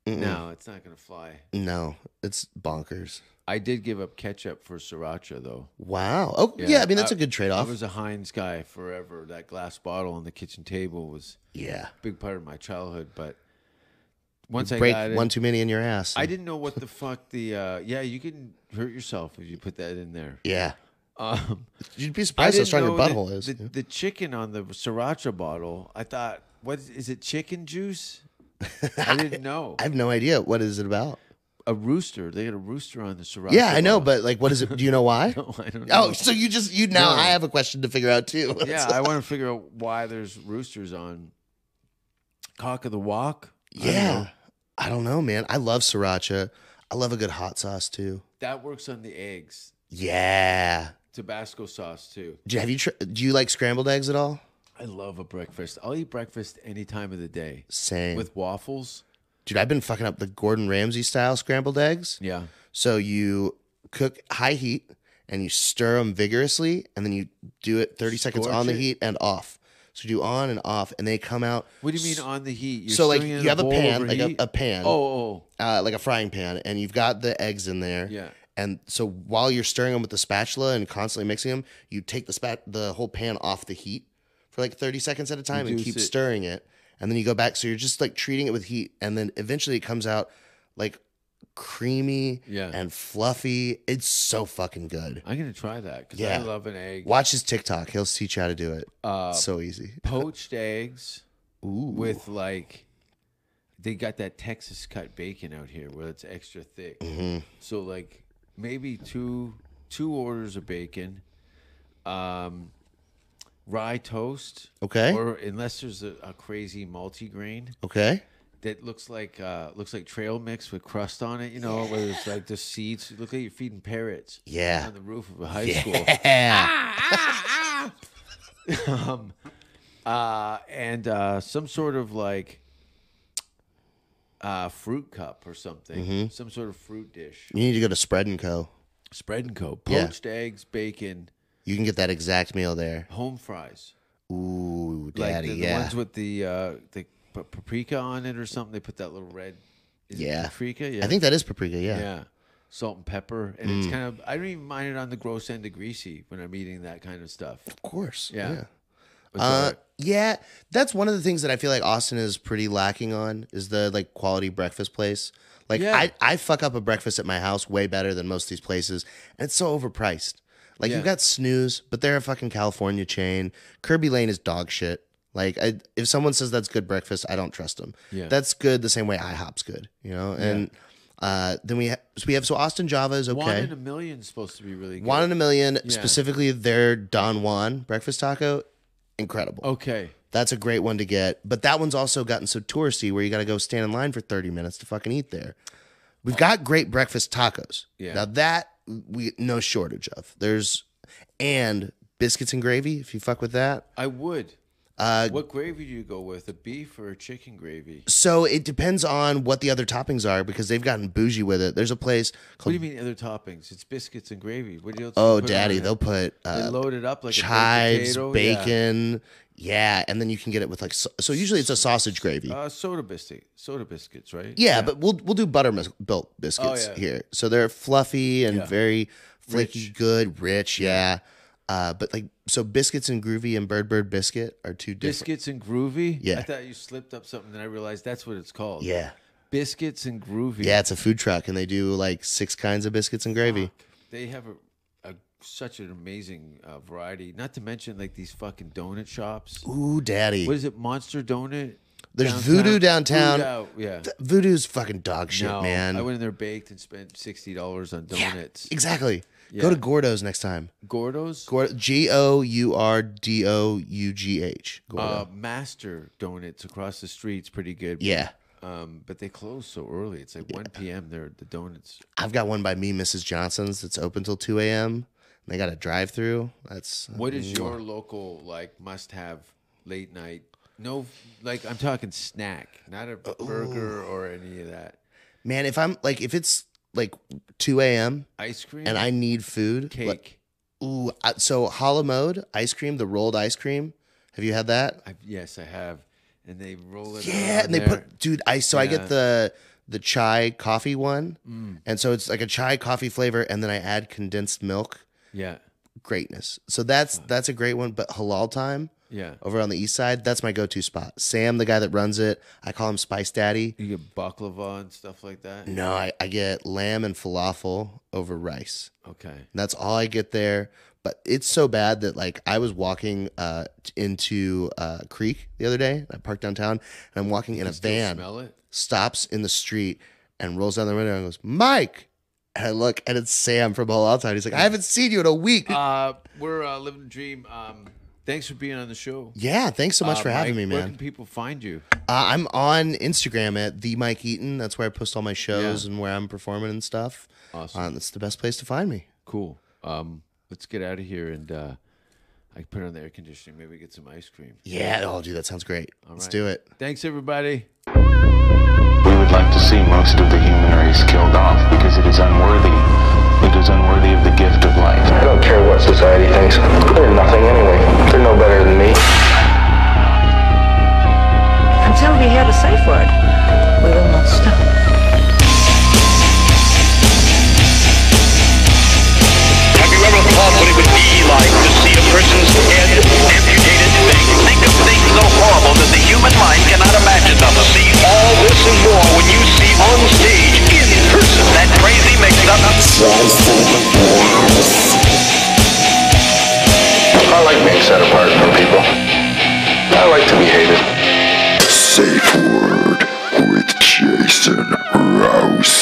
[SPEAKER 6] No, it's not gonna fly.
[SPEAKER 7] no, it's bonkers.
[SPEAKER 6] I did give up ketchup for sriracha though.
[SPEAKER 7] Wow. Oh, yeah. I mean, that's a good trade off.
[SPEAKER 6] I was a Heinz guy forever. That glass bottle on the kitchen table was
[SPEAKER 7] yeah.
[SPEAKER 6] a big part of my childhood. But once I
[SPEAKER 7] Break
[SPEAKER 6] got it,
[SPEAKER 7] one too many in your ass.
[SPEAKER 6] I didn't know what the fuck the uh, yeah. You can hurt yourself if you put that in there.
[SPEAKER 7] yeah.
[SPEAKER 6] Um,
[SPEAKER 7] You'd be
[SPEAKER 6] I
[SPEAKER 7] surprised how
[SPEAKER 6] didn't
[SPEAKER 7] strong
[SPEAKER 6] know
[SPEAKER 7] your
[SPEAKER 6] that
[SPEAKER 7] butthole is.
[SPEAKER 6] The,
[SPEAKER 7] Yeah.
[SPEAKER 6] the chicken on the sriracha bottle, I thought, what is- is it? Chicken juice? I didn't know.
[SPEAKER 7] I have no idea what is it about.
[SPEAKER 6] a rooster. They had a rooster on the sriracha.
[SPEAKER 7] Yeah, I know,
[SPEAKER 6] bottle.
[SPEAKER 7] but like, what is it? Do you know why?
[SPEAKER 6] I don't know.
[SPEAKER 7] Oh, so you just you now
[SPEAKER 6] No.
[SPEAKER 7] I have a question to figure out too.
[SPEAKER 6] yeah, I want to figure out why there's roosters on cock of the walk. I don't know.
[SPEAKER 7] yeah. I don't know, man. I love sriracha. I love a good hot sauce too.
[SPEAKER 6] that works on the eggs.
[SPEAKER 7] Yeah.
[SPEAKER 6] Tabasco sauce too.
[SPEAKER 7] Do you, have you tr- do you like scrambled eggs at all?
[SPEAKER 6] I love a breakfast. I'll eat breakfast any time of the day
[SPEAKER 7] Same.
[SPEAKER 6] with waffles.
[SPEAKER 7] Dude, I've been fucking up the Gordon Ramsay style scrambled eggs.
[SPEAKER 6] Yeah,
[SPEAKER 7] So you cook high heat and you stir them vigorously, and then you do it 30 seconds
[SPEAKER 6] Scorch
[SPEAKER 7] on the
[SPEAKER 6] it?
[SPEAKER 7] heat and off. So you do on and off, and they come out.
[SPEAKER 6] What do you mean on the heat? You're
[SPEAKER 7] so like
[SPEAKER 6] stirring it in
[SPEAKER 7] you have a
[SPEAKER 6] bowl
[SPEAKER 7] pan,
[SPEAKER 6] over
[SPEAKER 7] like a,
[SPEAKER 6] heat?
[SPEAKER 7] a pan,
[SPEAKER 6] Oh, oh,
[SPEAKER 7] uh, like a frying pan, and you've got the eggs in there.
[SPEAKER 6] Yeah.
[SPEAKER 7] And so while you're stirring them with the spatula and constantly mixing them, you take the spat the whole pan off the heat for like 30 seconds at a time and
[SPEAKER 6] Reduce
[SPEAKER 7] keep
[SPEAKER 6] it.
[SPEAKER 7] stirring it, and then you go back. So you're just like treating it with heat, and then eventually it comes out like creamy
[SPEAKER 6] Yeah.
[SPEAKER 7] and fluffy. It's so fucking good.
[SPEAKER 6] I'm gonna try that because I
[SPEAKER 7] Yeah.
[SPEAKER 6] love an egg.
[SPEAKER 7] Watch his TikTok. He'll teach you how to do it.
[SPEAKER 6] Uh,
[SPEAKER 7] so easy.
[SPEAKER 6] poached eggs
[SPEAKER 7] Ooh.
[SPEAKER 6] with like they got that Texas cut bacon out here where it's extra thick.
[SPEAKER 7] Mm-hmm.
[SPEAKER 6] So like maybe two two orders of bacon, um, rye toast.
[SPEAKER 7] Okay.
[SPEAKER 6] Or unless there's a, a crazy multigrain
[SPEAKER 7] Okay.
[SPEAKER 6] that looks like uh, looks like trail mix with crust on it. You know, where there's like the seeds. You look like you're feeding parrots.
[SPEAKER 7] Yeah.
[SPEAKER 6] On the roof of a high school. Ah! Um, uh, and uh, some sort of like uh, fruit cup or something,
[SPEAKER 7] Mm-hmm.
[SPEAKER 6] some sort of fruit dish.
[SPEAKER 7] You need to go to Spread and Co.
[SPEAKER 6] Spread and co.
[SPEAKER 7] Yeah.
[SPEAKER 6] Poached eggs, bacon,
[SPEAKER 7] You can get that exact meal there.
[SPEAKER 6] home fries.
[SPEAKER 7] Ooh,
[SPEAKER 6] Like
[SPEAKER 7] daddy,
[SPEAKER 6] the, the
[SPEAKER 7] yeah.
[SPEAKER 6] ones with the uh, the p- paprika on it or something. They put that little red. Is it
[SPEAKER 7] Yeah.
[SPEAKER 6] paprika. Yeah,
[SPEAKER 7] I think Mm. that is paprika. Yeah.
[SPEAKER 6] Yeah. Salt and pepper, and it's kind of. I don't even mind it on the gross end of greasy when I'm eating that kind of stuff.
[SPEAKER 7] Of course.
[SPEAKER 6] Yeah. It's
[SPEAKER 7] Uh,
[SPEAKER 6] alright.
[SPEAKER 7] yeah, that's one of the things that I feel like Austin is pretty lacking on is the like quality breakfast place. Like
[SPEAKER 6] Yeah.
[SPEAKER 7] I, I fuck up a breakfast at my house way better than most of these places, and it's so overpriced. Like
[SPEAKER 6] Yeah.
[SPEAKER 7] you've got Snooze, but they're a fucking California chain. Kirby Lane is dog shit. Like I, if someone says that's good breakfast, I don't trust them.
[SPEAKER 6] Yeah.
[SPEAKER 7] that's good the same way IHOP's good, you know. And uh, then we ha- so we have so Austin Java is okay.
[SPEAKER 6] One in a million is supposed to be really good.
[SPEAKER 7] One in a million,
[SPEAKER 6] Yeah.
[SPEAKER 7] specifically their Don Juan breakfast taco, incredible.
[SPEAKER 6] okay.
[SPEAKER 7] That's a great one to get. But that one's also gotten so touristy where you got to go stand in line for 30 minutes to fucking eat there. We've got great breakfast tacos.
[SPEAKER 6] Yeah.
[SPEAKER 7] Now that we no shortage of. There's and biscuits and gravy if you fuck with that.
[SPEAKER 6] I would.
[SPEAKER 7] Uh,
[SPEAKER 6] what gravy do you go with? A beef or a chicken gravy?
[SPEAKER 7] So it depends on what the other toppings are because they've gotten bougie with it. There's a place
[SPEAKER 6] What do
[SPEAKER 7] called
[SPEAKER 6] you mean other toppings? It's biscuits and gravy. What else? do you
[SPEAKER 7] Oh
[SPEAKER 6] put
[SPEAKER 7] Daddy,
[SPEAKER 6] on it?
[SPEAKER 7] they'll put
[SPEAKER 6] they
[SPEAKER 7] uh,
[SPEAKER 6] load it up like
[SPEAKER 7] chives,
[SPEAKER 6] a baked potato. yeah.
[SPEAKER 7] bacon, yeah. and then you can get it with like so, so usually it's a sausage gravy.
[SPEAKER 6] Uh, soda biscuit, soda biscuits, right?
[SPEAKER 7] Yeah, but we'll we'll do buttermilk biscuits
[SPEAKER 6] Oh, yeah.
[SPEAKER 7] here. So they're fluffy and
[SPEAKER 6] Yeah.
[SPEAKER 7] very flaky, good, rich. Yeah. Uh, but like so, biscuits and groovy and bird bird biscuit are two different.
[SPEAKER 6] biscuits and groovy. I
[SPEAKER 7] Yeah.
[SPEAKER 6] thought you slipped up something, and I realized that's what it's called.
[SPEAKER 7] Yeah,
[SPEAKER 6] biscuits and groovy.
[SPEAKER 7] yeah. It's a food truck, and they do like six kinds of biscuits and gravy.
[SPEAKER 6] they have a, a such an amazing uh, variety. Not to mention like these fucking donut shops.
[SPEAKER 7] Ooh, daddy.
[SPEAKER 6] What is it? Monster Donut.
[SPEAKER 7] There's Voodoo downtown.
[SPEAKER 6] Voodoo, yeah.
[SPEAKER 7] Th- Voodoo's fucking dog shit,
[SPEAKER 6] No,
[SPEAKER 7] man.
[SPEAKER 6] I went in there baked and spent sixty dollars on donuts.
[SPEAKER 7] exactly.
[SPEAKER 6] Yeah.
[SPEAKER 7] Go to Gordo's next time.
[SPEAKER 6] Gordo's,
[SPEAKER 7] Gordo, G O U R D O U G H. Gordo.
[SPEAKER 6] uh, Master Donuts across the street's pretty good.
[SPEAKER 7] yeah.
[SPEAKER 6] Um, but they close so early. It's like one p.m. They're the donuts.
[SPEAKER 7] I've got one by me, Mrs. Johnson's, that's open till 2 a.m. They got a drive-through. That's
[SPEAKER 6] What is your local like must-have late night? No, like I'm talking snack, not a
[SPEAKER 7] Uh,
[SPEAKER 6] burger or any of that.
[SPEAKER 7] man? If I'm like, if it's like 2 a.m.
[SPEAKER 6] Ice cream
[SPEAKER 7] and I need food,
[SPEAKER 6] cake.
[SPEAKER 7] like- ooh, I- so hollow mode ice cream, the rolled ice cream. Have you had that?
[SPEAKER 6] I, yes, I have. And they roll it.
[SPEAKER 7] Yeah,
[SPEAKER 6] around
[SPEAKER 7] and they
[SPEAKER 6] uh, there.
[SPEAKER 7] put dude, I so I
[SPEAKER 6] Yeah. Mm.
[SPEAKER 7] get the the chai coffee one, and so it's like a chai coffee flavor, and then I add condensed milk.
[SPEAKER 6] Yeah,
[SPEAKER 7] Greatness. So that's that's a great one. But halal time
[SPEAKER 6] yeah.
[SPEAKER 7] over on the east side, that's my go-to spot. Sam, the guy that runs it, I call him Spice Daddy.
[SPEAKER 6] You get baklava and stuff like that.
[SPEAKER 7] No, I, I get lamb and falafel over rice.
[SPEAKER 6] Okay.
[SPEAKER 7] And that's all I get there. But it's so bad that like I was walking uh t- into uh creek the other day. I parked downtown and I'm walking in a
[SPEAKER 6] Still
[SPEAKER 7] van
[SPEAKER 6] Smell it.
[SPEAKER 7] stops in the street and rolls down the window and goes, Mike. And I look and it's Sam from Whole Outside. He's like, I haven't seen you in a week.
[SPEAKER 6] Uh, we're uh, living the dream. Um, thanks for being on the show.
[SPEAKER 7] yeah, thanks so much
[SPEAKER 6] Uh,
[SPEAKER 7] for having
[SPEAKER 6] Mike,
[SPEAKER 7] me,
[SPEAKER 6] Where
[SPEAKER 7] man.
[SPEAKER 6] can people find you?
[SPEAKER 7] Uh, I'm on Instagram at the Mike Eaton. That's where I post all my shows and where I'm performing and stuff.
[SPEAKER 6] Awesome.
[SPEAKER 7] Uh, that's the best place to find me.
[SPEAKER 6] Cool. Um, let's get out of here and uh, I can put on the air conditioning. Maybe get some ice cream.
[SPEAKER 7] Yeah. Oh, dude, that sounds great. Let's
[SPEAKER 6] right.
[SPEAKER 7] do it.
[SPEAKER 6] Thanks, everybody.
[SPEAKER 1] We would like to see most of the human race killed off because it is unworthy. It is unworthy of the gift of life.
[SPEAKER 2] I don't care what society thinks. They're nothing anyway. They're no better than me.
[SPEAKER 3] Until we hear the safe word, we will not stop.
[SPEAKER 4] Have you ever thought what it would be like to see a person's head amputated? Think, think of things so horrible that the human mind cannot imagine them. See all this and more when you see on stage in person that crazy mixed up.
[SPEAKER 2] I like being set apart from people. I like to be hated.
[SPEAKER 5] Safe word with Jason Rouse.